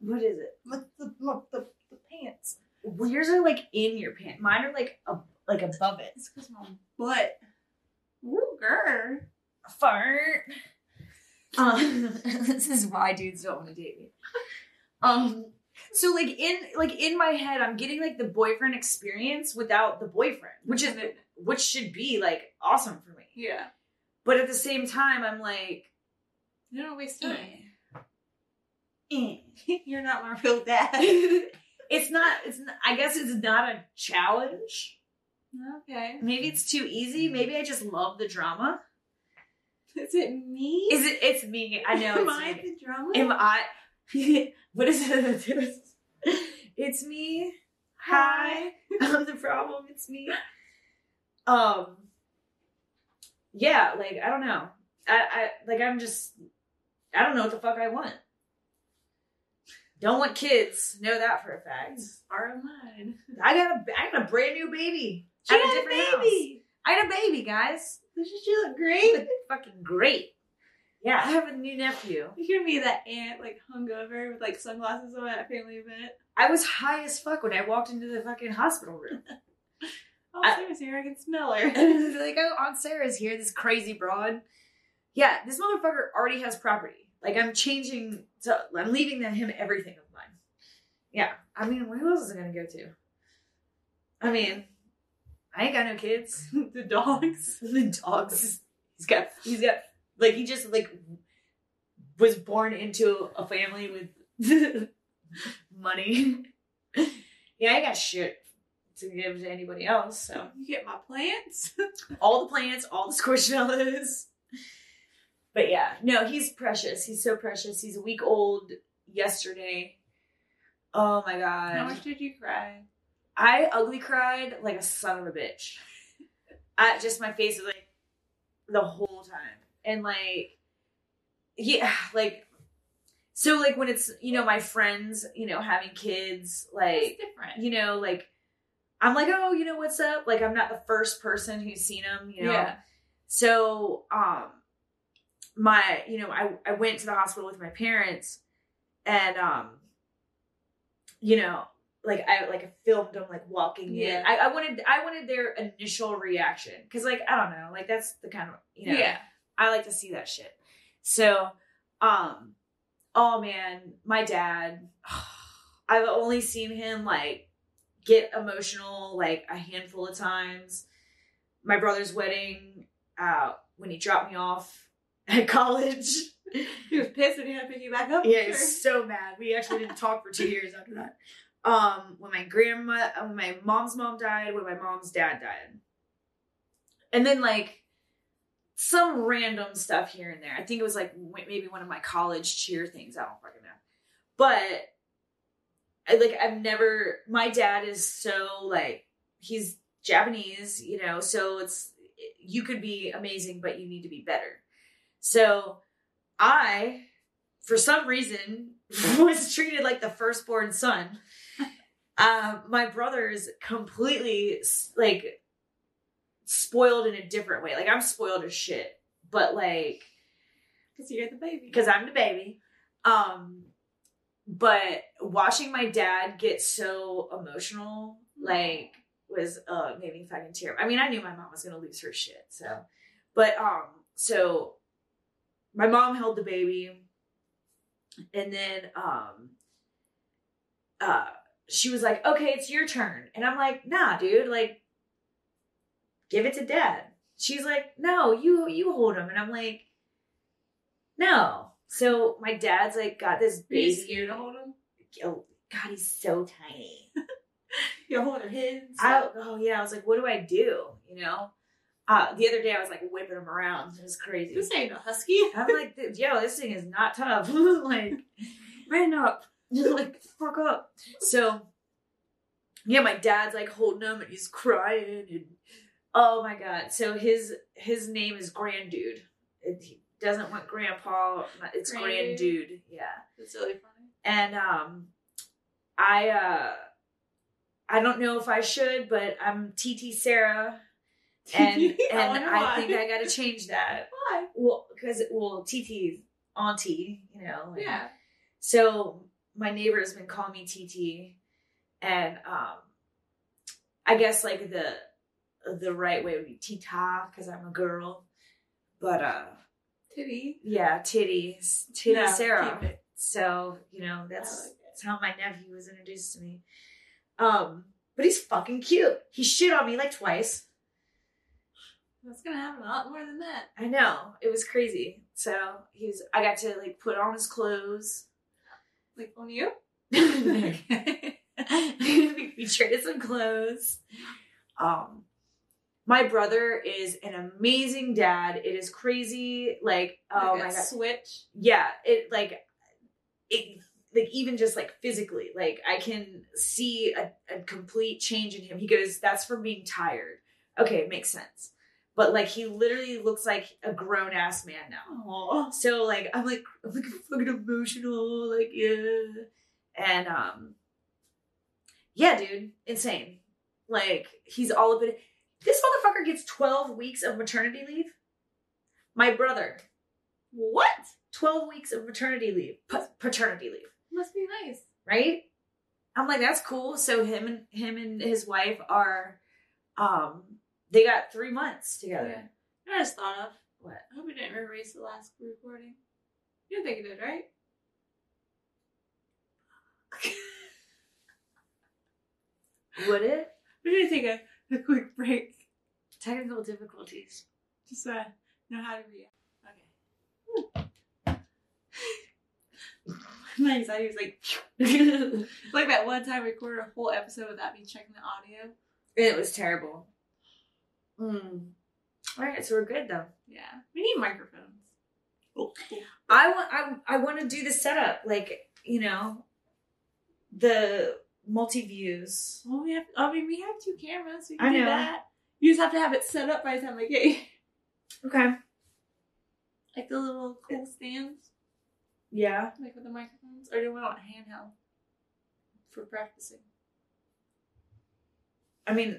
Speaker 2: what is it?
Speaker 1: Look, the, look the, the pants.
Speaker 2: Well, yours are like in your pant. Mine are like a, like above it.
Speaker 1: It's because my butt. Ooh, girl.
Speaker 2: Fart. Um, *laughs* this is why dudes don't want to date me. Um, so like in like in my head, I'm getting like the boyfriend experience without the boyfriend, which is which should be like awesome for me.
Speaker 1: Yeah.
Speaker 2: But at the same time, I'm like,
Speaker 1: You don't waste
Speaker 2: eh,
Speaker 1: time.
Speaker 2: eh.
Speaker 1: *laughs* You're not my real
Speaker 2: *laughs*
Speaker 1: dad.
Speaker 2: it's not. It's not, I guess it's not a challenge.
Speaker 1: okay.
Speaker 2: Maybe it's too easy. Maybe I just love the drama.
Speaker 1: Is it me?
Speaker 2: Is it? It's me. I
Speaker 1: *laughs*
Speaker 2: know.
Speaker 1: Am
Speaker 2: it's
Speaker 1: I
Speaker 2: me.
Speaker 1: the drama?
Speaker 2: Am I? *laughs* what is it? it's me. Hi. *laughs* I'm the problem. It's me. Um. Yeah, like I don't know. I, I like I'm just I don't know what the fuck I want. Don't want kids. Know that for a fact.
Speaker 1: Are
Speaker 2: *laughs*
Speaker 1: mine.
Speaker 2: I got a I got a brand new baby.
Speaker 1: She
Speaker 2: At a
Speaker 1: had a
Speaker 2: different
Speaker 1: baby.
Speaker 2: I had a baby, guys.
Speaker 1: Doesn't she look great?
Speaker 2: Fucking great. Yeah, I have a new nephew.
Speaker 1: You're gonna be that aunt like hungover with like sunglasses on at a family event.
Speaker 2: I was high as fuck when I walked into the fucking hospital room.
Speaker 1: Oh,
Speaker 2: I-
Speaker 1: Sarah's here. I can smell
Speaker 2: *laughs*
Speaker 1: her. *laughs*
Speaker 2: like, oh, Aunt Sarah's here, this crazy broad. Yeah, this motherfucker already has property. Like, I'm changing to, I'm leaving them him everything of mine. Yeah, I mean, who else is it gonna go to? I mean, I ain't got no kids. *laughs*
Speaker 1: the dogs.
Speaker 2: the dogs. He's got, he's got, like, he just like was born into a family with *laughs* money. *laughs* yeah, I got shit to give to anybody else. So
Speaker 1: You get my plants.
Speaker 2: all the plants, all the *laughs* squishmallows. But yeah, no, he's precious. He's so precious. He's a week old yesterday. Oh my
Speaker 1: How
Speaker 2: god.
Speaker 1: much did you cry?
Speaker 2: I ugly cried like a son of a bitch. *laughs* I just my face was like the whole time. And like yeah, like so like when it's, you know, my friends, you know, having kids, like
Speaker 1: It's different.
Speaker 2: you know, like I'm like, oh, you know what's up? Like I'm not the first person who's seen him, you know.
Speaker 1: Yeah.
Speaker 2: So, um, my, you know, I, I went to the hospital with my parents and, um, you know, like I, like I filmed them like walking
Speaker 1: Yeah.
Speaker 2: in. I, I wanted, I wanted their initial reaction. Cause like, I don't know, like that's the kind of, you know, *laughs*
Speaker 1: Yeah.
Speaker 2: I like to see that shit. So, um, oh man, my dad, *sighs* I've only seen him like get emotional like a handful of times. My brother's wedding, uh, when he dropped me off *laughs* at college.
Speaker 1: He was pissed when he had to pick you back up.
Speaker 2: Yeah, he was so mad. We actually didn't talk for two years after that. Um, when my grandma, uh, when my mom's mom died, when my mom's dad died, and then like some random stuff here and there. I think it was like w- maybe one of my college cheer things. I don't fucking know, but I like I've never. My dad is so like he's Japanese, you know, so it's you could be amazing, but you need to be better. So I for some reason *laughs* was treated like the firstborn son. Um, my brother's completely s- like spoiled in a different way. Like I'm spoiled as shit, but like
Speaker 1: Because you're the baby.
Speaker 2: because I'm the baby. Um, but watching my dad get so emotional, like was uh made me fucking tear. I mean, I knew my mom was gonna lose her shit, so but um, so my mom held the baby, and then um uh she was like, Okay, it's your turn. And I'm like, nah, dude, like give it to dad. She's like, No, you you hold him. And I'm like, No. So my dad's like got this
Speaker 1: Are you
Speaker 2: baby.
Speaker 1: scared to hold him?
Speaker 2: Oh, God, he's so tiny.
Speaker 1: You're holding hands.
Speaker 2: I, oh yeah, I was like, what do I do? You know, uh, the other day I was like whipping him around. It was crazy.
Speaker 1: This ain't a husky.
Speaker 2: I'm like, "Dude, yo, this thing is not tough. *laughs* like, man up. *laughs* like, fuck up. So, yeah, my dad's like holding him and he's crying and oh my god. So his his name is Grand Dude. It- He doesn't want Grandpa. It's
Speaker 1: Grand
Speaker 2: Grand
Speaker 1: Dude.
Speaker 2: Dude. Yeah
Speaker 1: That's really funny.
Speaker 2: and um i uh i don't know if i should but i'm
Speaker 1: *laughs*
Speaker 2: tt sarah and
Speaker 1: Oh
Speaker 2: and
Speaker 1: wonder
Speaker 2: i
Speaker 1: why.
Speaker 2: think i gotta change that
Speaker 1: Why?
Speaker 2: well because well tt's auntie you know and-
Speaker 1: Yeah.
Speaker 2: so my neighbor's been calling me tt and um i guess like the the right way would be tita because i'm a girl but uh
Speaker 1: Titty.
Speaker 2: yeah titties titty
Speaker 1: No,
Speaker 2: sarah
Speaker 1: keep it.
Speaker 2: so you know that's
Speaker 1: like it.
Speaker 2: that's how my nephew was introduced to me. Um, but he's fucking cute. He shit on me like twice.
Speaker 1: That's gonna happen a lot more than that.
Speaker 2: I know it was crazy. So he's I got to like put on his clothes.
Speaker 1: Like on you?
Speaker 2: *laughs*
Speaker 1: *laughs*
Speaker 2: we we traded some clothes. Um, my brother is an amazing dad. It is crazy. Like oh
Speaker 1: like
Speaker 2: my
Speaker 1: a
Speaker 2: god,
Speaker 1: Switch.
Speaker 2: yeah it like it like even just like physically like i can see a, a complete change in him he goes that's from being tired okay it makes sense but like he literally looks like a grown-ass man now
Speaker 1: Oh.
Speaker 2: so like i'm like i'm like fucking emotional like yeah and um yeah dude insane like he's all of it this motherfucker gets 12 weeks of maternity leave my brother
Speaker 1: What?
Speaker 2: 12 weeks of maternity leave, pa- paternity leave,
Speaker 1: Must be nice.
Speaker 2: right? I'm like, that's cool. So him and him and his wife are, um, they got three months together.
Speaker 1: Yeah. You know what I just thought of.
Speaker 2: What?
Speaker 1: I hope we didn't erase the last recording. You don't think it did, right?
Speaker 2: Would it?
Speaker 1: We're gonna take a, a quick break
Speaker 2: Technical difficulties.
Speaker 1: just so I know how to react. Okay. *laughs* My anxiety was like, *laughs*
Speaker 2: it
Speaker 1: like that one time I recorded a whole episode without me checking the audio.
Speaker 2: was terrible. Hmm. All right, so we're good though.
Speaker 1: Yeah, we need microphones.
Speaker 2: I want I I want to do the setup like you know, the multi views.
Speaker 1: Well, we have. I mean, we have two cameras. We
Speaker 2: I
Speaker 1: can do
Speaker 2: know.
Speaker 1: that. You just have to have it set up by the time I get here.
Speaker 2: Okay.
Speaker 1: like the little cool stands,
Speaker 2: Yeah.
Speaker 1: like with the microphones. Or do we want handheld for practicing?
Speaker 2: I mean,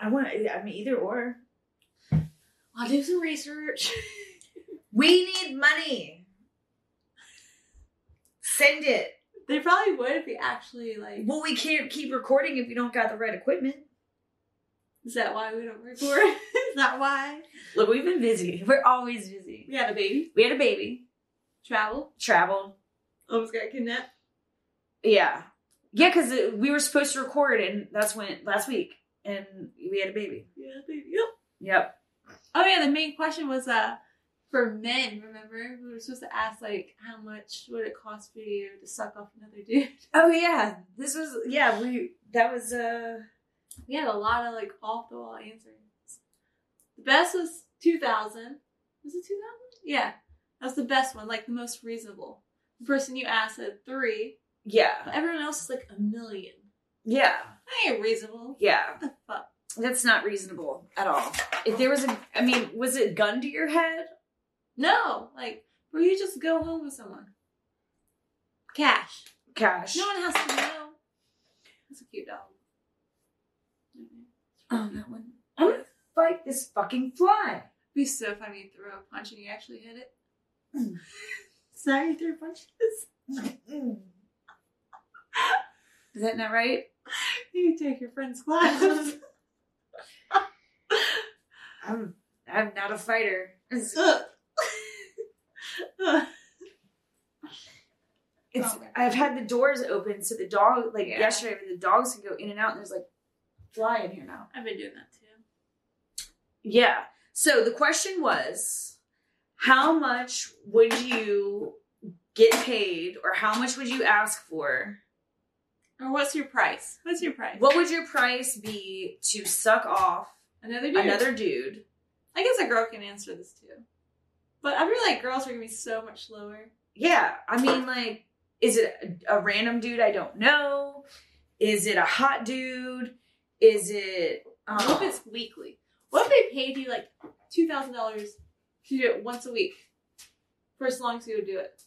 Speaker 5: I want. I mean, either or.
Speaker 1: I'll do some research. *laughs*
Speaker 2: we need money. Send it.
Speaker 1: they probably would if we actually like.
Speaker 2: Well, we can't keep recording if we don't got the right equipment.
Speaker 1: Is that why we don't record? *laughs* Is that why
Speaker 2: Look, we've been busy. We're always busy.
Speaker 1: we had a baby?
Speaker 2: We had a baby,
Speaker 1: Travel
Speaker 2: travel.
Speaker 1: almost got kidnapped.
Speaker 2: Yeah. Yeah, because we were supposed to record, and that's when last week, and we had a baby.
Speaker 1: Yeah, baby. Yep.
Speaker 2: Yep.
Speaker 1: Oh yeah, the main question was uh for men. Remember, we were supposed to ask like how much would it cost for you to suck off another dude.
Speaker 2: Oh yeah, this was yeah we that was uh
Speaker 1: We had a lot of like off the wall answers. The best was 2000. Was it 2000? Yeah. That's the best one, like the most reasonable. The person you asked said three,
Speaker 2: yeah
Speaker 1: but everyone else is like a million.
Speaker 2: yeah
Speaker 1: That ain't reasonable.
Speaker 2: yeah
Speaker 1: What the fuck?
Speaker 2: that's not reasonable at all. If there was a, I mean, was it gun to your head?
Speaker 1: No, like, will you just go home with someone? Cash.
Speaker 2: Cash.
Speaker 1: No one has to know. That's a cute dog.
Speaker 2: Oh, that one. I'm gonna fight this fucking fly.
Speaker 1: It'd be so funny to throw a punch and you actually hit *laughs*
Speaker 2: Mm.
Speaker 1: it.
Speaker 2: *laughs* Mm.
Speaker 1: Sorry, you threw punches.
Speaker 2: Is that not right?
Speaker 1: *sighs* You take your *laughs* friend's glasses.
Speaker 2: I'm I'm not a fighter. It's, it's
Speaker 1: Oh my
Speaker 2: I've had the doors open so the dog like
Speaker 1: Yeah.
Speaker 2: yesterday when the dogs could go in and out and there's like fly in here now.
Speaker 1: I've been doing that too.
Speaker 2: Yeah. So the question was, how much would you get paid or how much would you ask for?
Speaker 1: Or what's your price? What's your price?
Speaker 2: What would your price be to suck off
Speaker 1: another dude.
Speaker 2: another dude?
Speaker 1: I guess a girl can answer this too. But I feel like girls are gonna be so much lower.
Speaker 2: Yeah, I mean, like, is it a, a random dude I don't know? Is it a hot dude? Is it? Um,
Speaker 1: what if it's weekly? What if they paid you like two thousand dollars to do it once a week for as long as you would do it?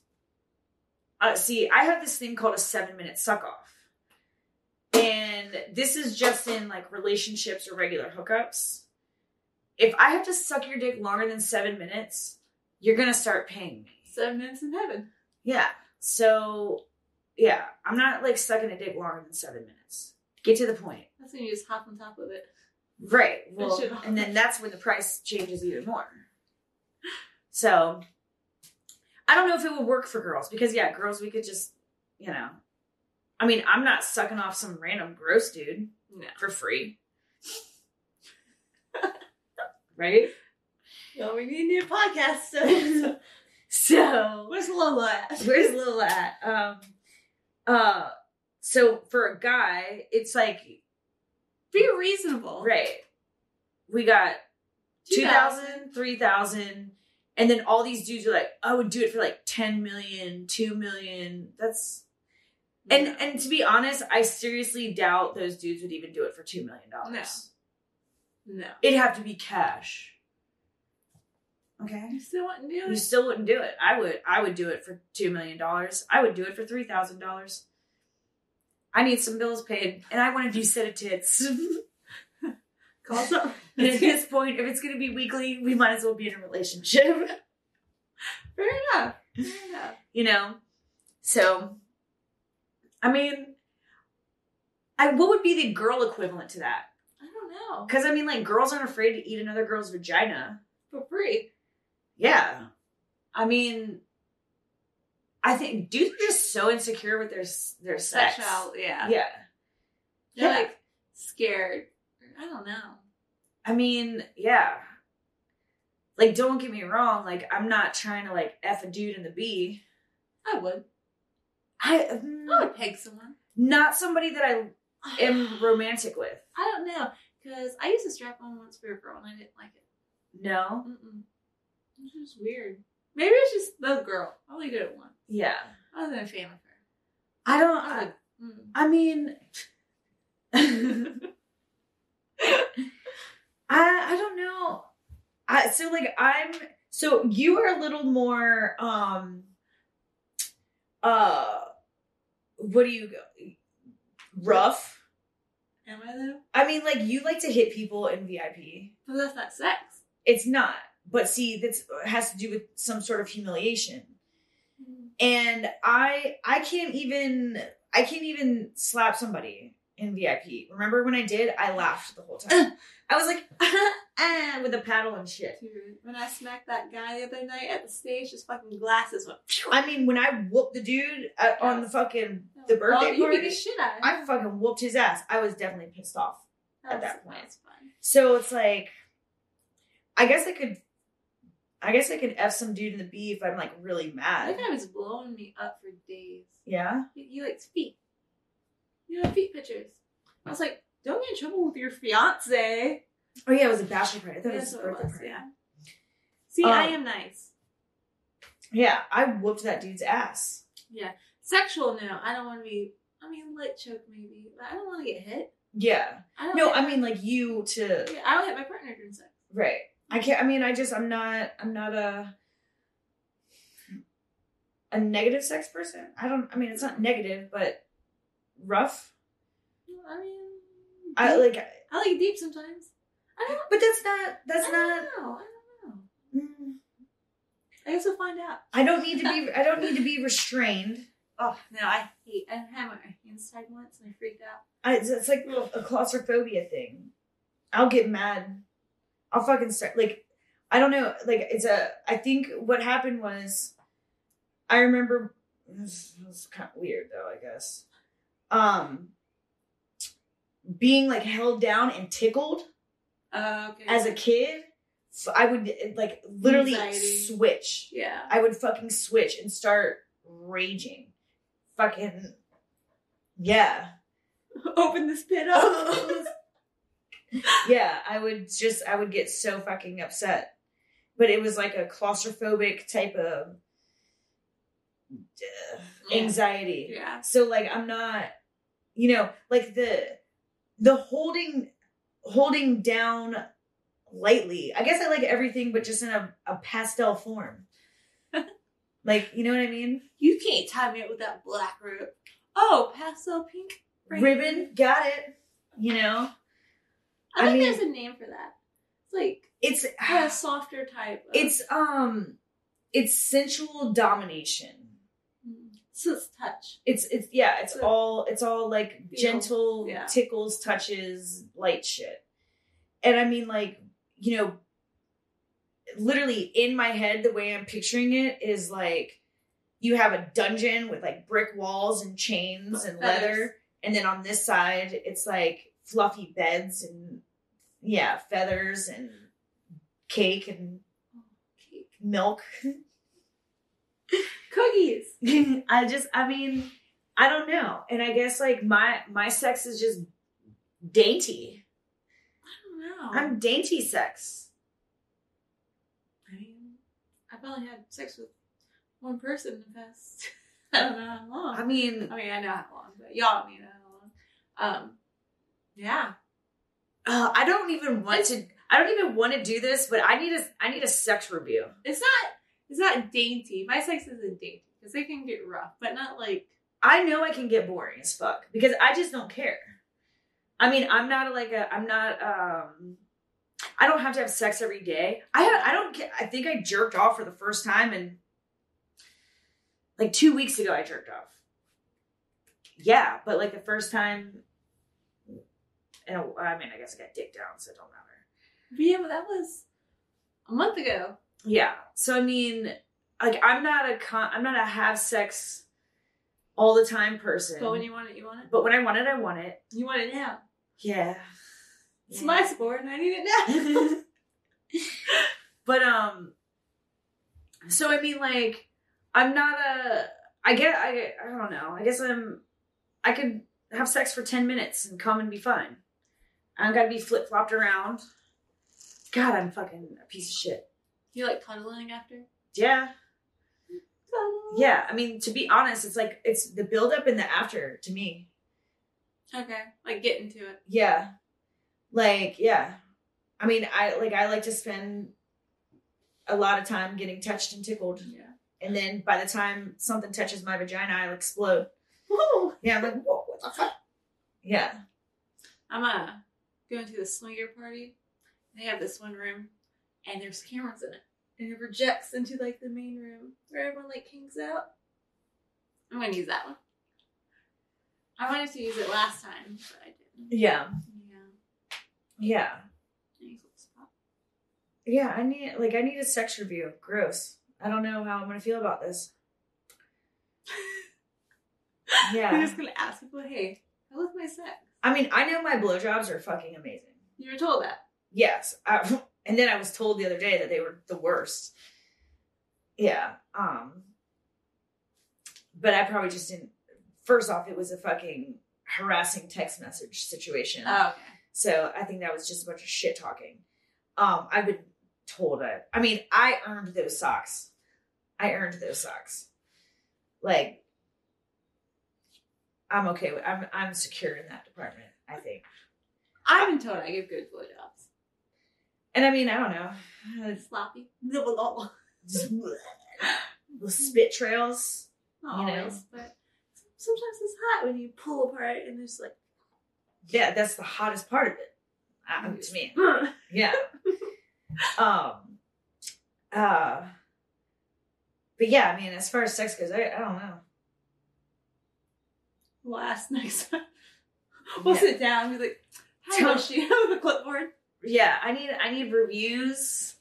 Speaker 2: uh, see, I have this thing called a seven-minute suck off, and this is just in like relationships or regular hookups. If I have to suck your dick longer than seven minutes, you're gonna start paying me.
Speaker 1: Seven minutes in heaven.
Speaker 2: Yeah. So, yeah, I'm not like sucking a dick longer than seven minutes. Get to the point.
Speaker 1: That's when you just hop on top of it.
Speaker 2: Right. Well,
Speaker 1: should-
Speaker 2: and then that's when the price changes even more. So I don't know if it would work for girls because yeah, girls we could just, you know. I mean, I'm not sucking off some random gross dude
Speaker 1: No.
Speaker 2: for free. right?
Speaker 1: Well, we need a new podcast. *laughs* So
Speaker 2: So
Speaker 1: where's Lola at?
Speaker 2: where's Lil at? Um uh so for a guy, it's like
Speaker 1: Be reasonable.
Speaker 2: right. We got
Speaker 1: 2,000.
Speaker 2: 2000 3000 and then all these dudes are like i would do it for like 10 million 2 million that's and
Speaker 1: No.
Speaker 2: and to be honest i seriously doubt those dudes would even do it for 2 million dollars
Speaker 1: no.
Speaker 2: it'd have to be cash okay
Speaker 1: You still want to do
Speaker 2: you
Speaker 1: it?
Speaker 2: still wouldn't do it i would i would do it for 2 million dollars i would do it for 3000 dollars i need some bills paid and i want a new set of tits
Speaker 1: *laughs*
Speaker 2: *laughs*
Speaker 1: Call *laughs* some
Speaker 2: and at this point if it's going to be weekly we might as well be in a relationship
Speaker 1: Fair enough. Fair enough.
Speaker 2: you know so i mean I, what would be the girl equivalent to that
Speaker 1: I don't know.
Speaker 2: because i mean like girls aren't afraid to eat another girl's vagina
Speaker 1: For free.
Speaker 2: yeah i mean i think dudes are just so insecure with their s- their sex
Speaker 1: Sexual. Yeah.
Speaker 2: yeah
Speaker 1: They're
Speaker 2: Yeah.
Speaker 1: like scared. I don't know.
Speaker 2: i mean yeah like don't get me wrong like i'm not trying to like f a dude in the b
Speaker 1: I would.
Speaker 2: i mm,
Speaker 1: I would peg someone. *sighs*
Speaker 2: not somebody that i am romantic with
Speaker 1: I don't know because I used to strap on once for a girl and I didn't like it.
Speaker 2: no
Speaker 1: Mm-mm. It was just weird. Maybe it's just the girl. I only did it once.
Speaker 2: yeah
Speaker 1: I wasn't a fan of her.
Speaker 2: I don't.
Speaker 1: I
Speaker 2: I,
Speaker 1: would. Mm.
Speaker 2: I mean, *laughs* I I don't know. I so like I'm so you are a little more um uh what do you go rough?
Speaker 1: Am I though?
Speaker 2: I mean, like you like to hit people in VIP.
Speaker 1: But that's not sex.
Speaker 2: It's not, but see, this has to do with some sort of humiliation. and i i can't even i can't even slap somebody in vip remember when i did i laughed the
Speaker 1: *laughs*
Speaker 2: whole time i was like *laughs* ah, with a paddle and shit
Speaker 1: Dude, when I smacked that guy the other night at the stage, his fucking glasses went. *laughs*
Speaker 2: i mean when i whooped the dude uh, on the fucking the
Speaker 1: Well, *laughs*
Speaker 2: birthday
Speaker 1: you beat the
Speaker 2: party
Speaker 1: shit out of him.
Speaker 2: i fucking whooped his ass i was definitely pissed off at that point.
Speaker 1: That's fun.
Speaker 2: so it's like i guess i could i guess i could f some dude in the b if i'm like really
Speaker 1: That
Speaker 2: mad
Speaker 1: guy was blowing me up for days.
Speaker 2: yeah
Speaker 1: He, he likes feet. You know, feet pictures. I was like, don't get in trouble with your fiance.
Speaker 2: oh yeah it was a bachelor party i thought it was
Speaker 1: That's
Speaker 2: a
Speaker 1: what it
Speaker 2: birthday
Speaker 1: was,
Speaker 2: party Um,
Speaker 1: yeah. See, I am nice.
Speaker 2: yeah i whooped that dude's ass
Speaker 1: Sexual, no. I don't want to be. I mean, light choke maybe, but I don't want to get hit.
Speaker 2: Yeah.
Speaker 1: I don't.
Speaker 2: No,
Speaker 1: hit-
Speaker 2: I mean like you to
Speaker 1: Yeah, I don't hit my partner during sex.
Speaker 2: right. I can't. I mean, I just I'm not. I'm not a a negative sex person. I don't. I mean, it's not negative, but rough.
Speaker 1: I mean,
Speaker 2: I
Speaker 1: deep.
Speaker 2: like.
Speaker 1: I like deep sometimes. I don't.
Speaker 2: But that's not. That's
Speaker 1: I
Speaker 2: not.
Speaker 1: don't know. I don't know.
Speaker 2: mm,
Speaker 1: I guess we'll find out.
Speaker 2: I don't need to be. I don't need to be restrained.
Speaker 1: Oh no, I hate. I have my hands inside once and I freaked out.
Speaker 2: I, it's, it's like a claustrophobia thing. I'll get mad. I'll fucking start like I don't know. Like it's a. I think what happened was, I remember. This was kind of weird though. I guess. Um. Being like held down and tickled
Speaker 1: Oh, okay.
Speaker 2: as a kid, so I would like literally
Speaker 1: Anxiety.
Speaker 2: switch.
Speaker 1: yeah. *laughs*
Speaker 2: I would fucking switch and start raging. Fucking yeah.
Speaker 1: Open this pit *laughs* up.
Speaker 2: Yeah, I would just I would get so fucking upset. But it was like a claustrophobic type of uh, anxiety.
Speaker 1: yeah.
Speaker 2: So like I'm not you know, like the the holding holding down lightly. I guess I like everything but just in a, a
Speaker 1: *laughs*
Speaker 2: pastel form. like, you know what I mean?
Speaker 1: You can't tie me up with that black rope. Oh, pastel pink. Right.
Speaker 2: ribbon. Got it. You know,
Speaker 1: I,
Speaker 2: I
Speaker 1: think
Speaker 2: mean-
Speaker 1: there's a name for that. It's like
Speaker 2: it's
Speaker 1: yeah, *sighs* a softer type. Of,
Speaker 2: it's um, it's sensual domination.
Speaker 1: Mm. so it's touch.
Speaker 2: It's it's yeah. It's
Speaker 1: So-
Speaker 2: all it's all like
Speaker 1: Feel,
Speaker 2: gentle
Speaker 1: yeah.
Speaker 2: tickles, touches, light shit. And I mean, like you know, literally in my head, the way I'm picturing it is like you have a dungeon with like brick walls and chains and
Speaker 1: Feathers.
Speaker 2: leather, and then on this side, it's like fluffy beds and yeah, feathers and cake and
Speaker 1: Cake.
Speaker 2: milk. *laughs*
Speaker 1: Cookies.
Speaker 6: *laughs*
Speaker 2: I just, I mean,
Speaker 6: I don't know. And I guess like my my sex is just dainty.
Speaker 1: I don't know.
Speaker 6: I'm dainty sex.
Speaker 1: I mean, I've only had sex with one person in the past. *laughs* I don't know how long.
Speaker 6: I mean,
Speaker 1: I mean, I know how long, but y'all don't need to know how long. Um, yeah.
Speaker 6: uh, I don't even want to. I don't even want to do this, but I need a I need a sex review.
Speaker 1: It's not. It's not dainty. My sex isn't dainty because they can get rough, but not like.
Speaker 6: I know I can get boring as fuck because I just don't care. I mean, I'm not like a I'm not um I don't have to have sex every day. I had I don't ca- I think I jerked off for the first time and like 2 weeks ago I jerked off. Yeah, but like the first time and oh, I mean, I guess I got dick down, so it don't matter.
Speaker 1: But yeah, but that was a month ago.
Speaker 6: Yeah. So I mean, like I'm not a con- I'm not a have sex all the time person.
Speaker 1: But when you want it, you want it.
Speaker 6: but when I want it, I want it.
Speaker 1: You want it now.
Speaker 6: Yeah.
Speaker 1: It's my sport, and I need it now.
Speaker 6: *laughs* but um so I mean like I'm not a I get I I don't know. I guess I'm I could have sex for 10 minutes and come and be fine. I don't got to be flip-flopped around. God, I'm fucking a piece of shit.
Speaker 1: you like cuddling after?
Speaker 6: Yeah.
Speaker 1: Cuddle.
Speaker 6: Yeah, I mean to be honest, it's like
Speaker 2: it's the buildup and the after to me.
Speaker 1: Okay. Like get into it.
Speaker 2: Yeah. Like, yeah. I mean, I like I like to spend a lot of time getting touched and tickled.
Speaker 1: Yeah. *laughs*
Speaker 2: And then by the time something touches my vagina, I explode.
Speaker 1: Woo!
Speaker 2: Yeah, I'm like, whoa, what the fuck? Yeah.
Speaker 1: I'm uh going to the swinger party. They have this one room, and there's cameras in it, and it projects into like the main room where everyone like hangs out. I'm gonna use that one. I wanted to use it last time, but I didn't.
Speaker 2: Yeah.
Speaker 1: Yeah.
Speaker 2: Yeah.
Speaker 1: Any cool spot?
Speaker 2: Yeah, I need like I need a sex review. Gross. I don't know how I'm gonna feel about this.
Speaker 1: We're
Speaker 2: Yeah.
Speaker 1: just gonna ask people, hey, I love my sex.
Speaker 2: I mean, I know my blowjobs are fucking amazing.
Speaker 1: You were told that.
Speaker 2: Yes. I, *laughs* and then I was told the other day that they were the worst. Yeah. Um but I probably just didn't first off it was a fucking harassing text message situation.
Speaker 1: Oh, okay.
Speaker 2: So I think that was just a bunch of shit talking. Um, I've been told I, I mean, I earned those socks. I earned those socks. Like, I'm okay with. I'm I'm secure in that department. I think.
Speaker 1: I've been told I give good blowjobs.
Speaker 2: And I mean, I don't know.
Speaker 1: Sloppy. Blah, blah, blah.
Speaker 2: Just bleh. the spit trails.
Speaker 1: Not
Speaker 2: You know.
Speaker 1: always, but sometimes it's hot when you pull apart and there's like. *clears throat*
Speaker 2: Yeah, that's the hottest part of it. Uh, to me.
Speaker 1: "Ugh."
Speaker 2: Yeah. um. Uh. But yeah, I mean, as far as sex goes, I, I don't know.
Speaker 1: last next time. We'll sit down. And be like, how was *laughs* she? With a clipboard.
Speaker 2: Yeah, I need I need reviews.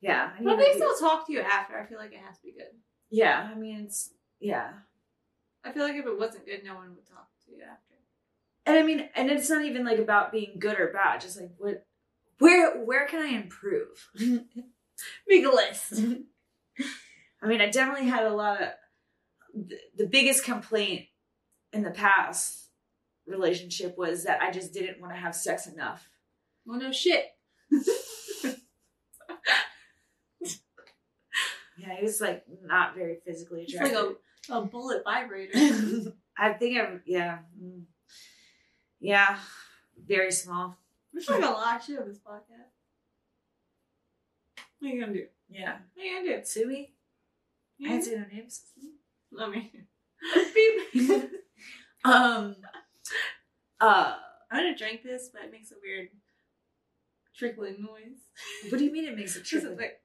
Speaker 2: Yeah, I need
Speaker 1: But at least
Speaker 2: reviews.
Speaker 1: they'll talk to you after. I feel like it has to be good.
Speaker 2: yeah. I mean, it's yeah,
Speaker 1: I feel like if it wasn't good, no one would talk to you after.
Speaker 2: and I mean, and it's not even like about being good or bad. Just like what, where where can I improve?
Speaker 1: Make a list.
Speaker 2: I mean, I definitely had a lot of the, the biggest complaint in the past relationship was that I just didn't want to have sex enough.
Speaker 1: *laughs* Well, no shit.
Speaker 2: Yeah, he was like not very physically
Speaker 1: It's like
Speaker 2: attractive.
Speaker 1: a, a bullet *laughs* vibrator.
Speaker 2: *laughs* I think I'm yeah, mm. yeah, very small.
Speaker 1: We're talking a lot of shit on this podcast. What are you gonna do?
Speaker 2: Yeah,
Speaker 1: What are you gonna do?
Speaker 2: sue me. I
Speaker 1: You
Speaker 2: didn't
Speaker 1: gonna-
Speaker 2: say no names.
Speaker 1: Let me. *laughs* Beep. *laughs*
Speaker 2: Um, uh,
Speaker 1: I'm gonna drink this, but it makes a weird trickling noise.
Speaker 2: what do you mean it makes a
Speaker 1: It's *laughs*
Speaker 2: trickle?
Speaker 1: like,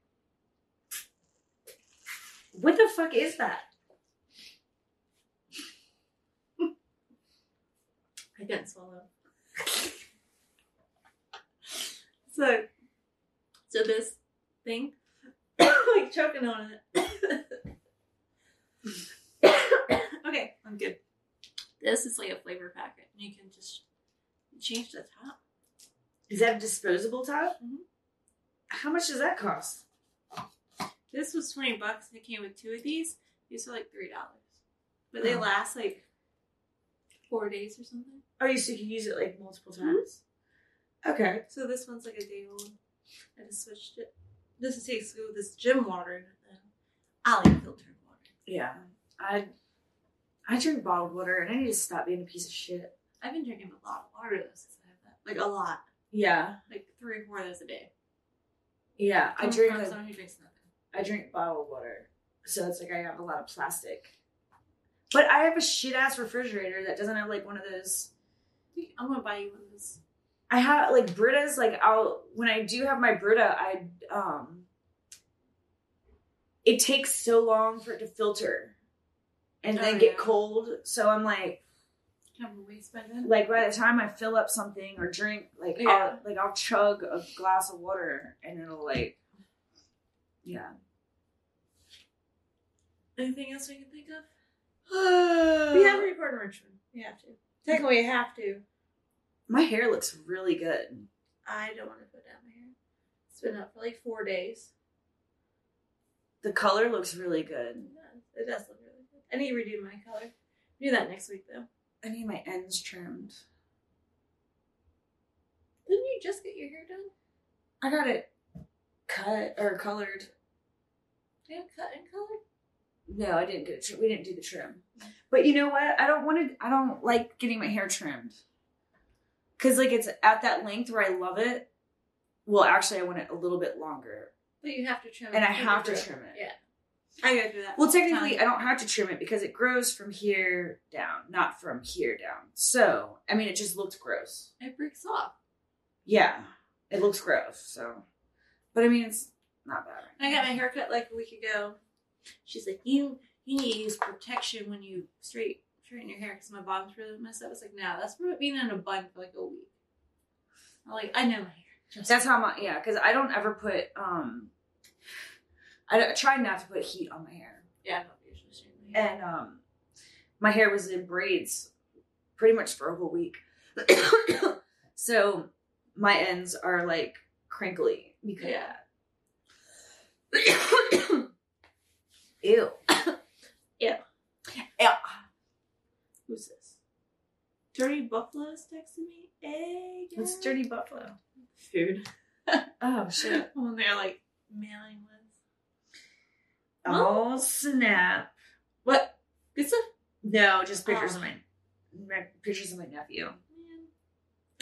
Speaker 2: What the fuck is that?
Speaker 1: I can't swallow. *laughs* so, so this thing, *coughs* like choking on it. *coughs* okay, I'm good. This is like a flavor packet. You can just change the top.
Speaker 2: Is that a disposable top?
Speaker 1: Mhm.
Speaker 2: How much does that cost?
Speaker 1: This was twenty bucks, and it came with two of these. These are like three dollars, but they
Speaker 2: Oh.
Speaker 1: last like four days or something.
Speaker 2: Oh, you so you can use it like multiple times. Okay.
Speaker 1: So this one's like a day old. I just switched it. This is takes with this gym water. and I like filtered water.
Speaker 2: Yeah, I I drink bottled water, and I need to stop being a piece of shit.
Speaker 1: I've been drinking a lot of water though since I have that. Like a lot.
Speaker 2: Yeah,
Speaker 1: Like three or four of those a day.
Speaker 2: yeah. I
Speaker 1: Coming
Speaker 2: drink
Speaker 1: from
Speaker 2: like,
Speaker 1: someone who drinks nothing.
Speaker 2: I drink bottled water, so it's like I have a lot of plastic. But I have a shit ass refrigerator that doesn't have like one of those
Speaker 1: I'm gonna buy you one of those.
Speaker 2: I have like Brita's like I'll when I do have my Brita, I um it takes so long for it to filter and
Speaker 1: Oh,
Speaker 2: then get
Speaker 1: yeah.
Speaker 2: cold. So I'm like
Speaker 1: Can I have a waste by then?
Speaker 2: like by the time I fill up something or drink, like
Speaker 1: Yeah.
Speaker 2: I'll like I'll chug a glass of water and it'll like
Speaker 1: *sighs*
Speaker 2: Yeah.
Speaker 1: Anything else we can think of?
Speaker 2: We
Speaker 1: we
Speaker 2: have-
Speaker 1: have a recording Richmond. We have to. Technically, we have to.
Speaker 2: my hair looks really good.
Speaker 1: I don't want to put down my hair. It's been up for like four days.
Speaker 2: The color looks really good.
Speaker 1: It does look really good. I need to redo my color. Do that next week though.
Speaker 2: I need my ends trimmed.
Speaker 1: Didn't you just get your hair done?
Speaker 2: I got it cut or colored
Speaker 1: Yeah, cut and color.
Speaker 2: No, I didn't get it. Tri- we didn't do the trim. But you know what? I don't want to. I don't like getting my hair trimmed. Cause like it's at that length where I love it. Well, actually, I want it a little bit longer,
Speaker 1: But you have to trim it.
Speaker 2: and I have to
Speaker 1: grow.
Speaker 2: trim it.
Speaker 1: Yeah. I go through that.
Speaker 2: Well, technically, I don't have to trim it because it grows from here down, not from here down. So, I mean, it just looked gross.
Speaker 1: it breaks off.
Speaker 2: Yeah, it looks gross. So, but I mean, it's not bad.
Speaker 1: I got my hair cut like a week ago. She's like, you you need to use protection when you straight straighten your hair because my bottom's really messed up. I was like, nah, that's from being in a bun for like a week. I'm like, I know my hair. Just
Speaker 2: That's how my yeah, because I don't ever put um. I, don't- I try not to put heat on my hair,
Speaker 1: yeah. I don't usually straighten my hair.
Speaker 2: and um, my hair was in braids pretty much for a whole week, so my ends are like crinkly because
Speaker 1: Yeah.
Speaker 2: ew
Speaker 1: Ew.
Speaker 2: *coughs* ew *coughs*
Speaker 1: Who's this? Dirty Buffalo's texting me. Hey,
Speaker 2: it's
Speaker 1: guys.
Speaker 2: dirty buffalo.
Speaker 1: food.
Speaker 2: Oh shit!
Speaker 1: *laughs* When they're like mailing ones.
Speaker 2: *laughs* Oh snap!
Speaker 1: What? Good stuff.
Speaker 2: No, just pictures
Speaker 1: Oh.
Speaker 2: of my my- pictures of my nephew.
Speaker 1: Man.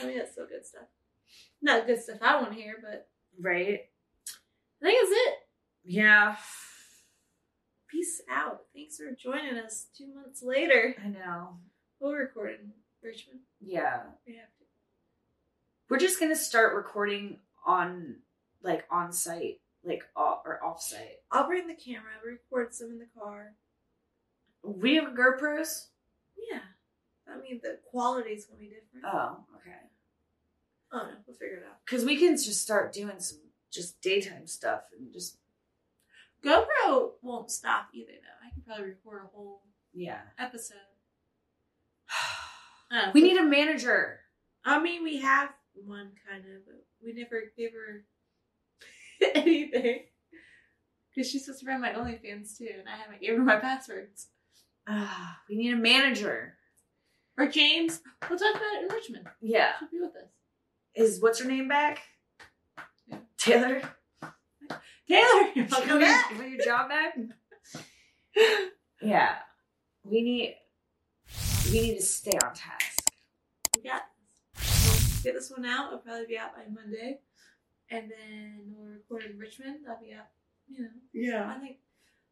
Speaker 1: Oh, I mean, that's still good stuff. Not good stuff I want to hear, but
Speaker 2: Right?
Speaker 1: I think it's it.
Speaker 2: Yeah.
Speaker 1: Peace out. Thanks for joining us two months later.
Speaker 2: I know.
Speaker 1: We'll record in Richmond.
Speaker 2: Yeah.
Speaker 1: We have to.
Speaker 2: We're just gonna start recording on like on site, like off, or off site.
Speaker 1: I'll bring the camera, record some in the car.
Speaker 2: We have GoPros.
Speaker 1: Yeah. I mean, the quality's gonna be different.
Speaker 2: Oh, okay.
Speaker 1: I don't know. We'll figure it out.
Speaker 2: Because we can just start doing some just daytime stuff and just
Speaker 1: GoPro won't stop either, though. I can probably record a whole
Speaker 2: *sighs* yeah.
Speaker 1: episode. I don't know.
Speaker 2: we need a manager. *sighs*
Speaker 1: I mean, we have one kind of, but we never gave her *laughs* anything. Because she's supposed to run my OnlyFans too, and I haven't given her my passwords.
Speaker 2: Ah, we need a manager.
Speaker 1: Or James, we'll talk about it in Richmond.
Speaker 2: Yeah.
Speaker 1: She'll be with us.
Speaker 2: Is what's her name back?
Speaker 1: Yeah.
Speaker 2: Taylor.
Speaker 1: Taylor, *laughs* you're
Speaker 2: Welcome
Speaker 1: welcome back.
Speaker 2: back. Want your job back? *laughs* yeah. We need we need to stay on task.
Speaker 1: We got this. We'll get this one out. It'll probably be out by Monday, and then we'll record in Richmond. That'll be out. You know,
Speaker 2: Yeah.
Speaker 1: I think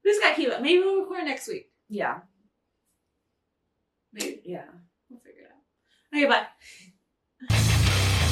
Speaker 1: we just got to keep up. Maybe we'll record next week.
Speaker 2: Yeah.
Speaker 1: Maybe
Speaker 2: Yeah.
Speaker 1: we'll figure it out. Okay, bye.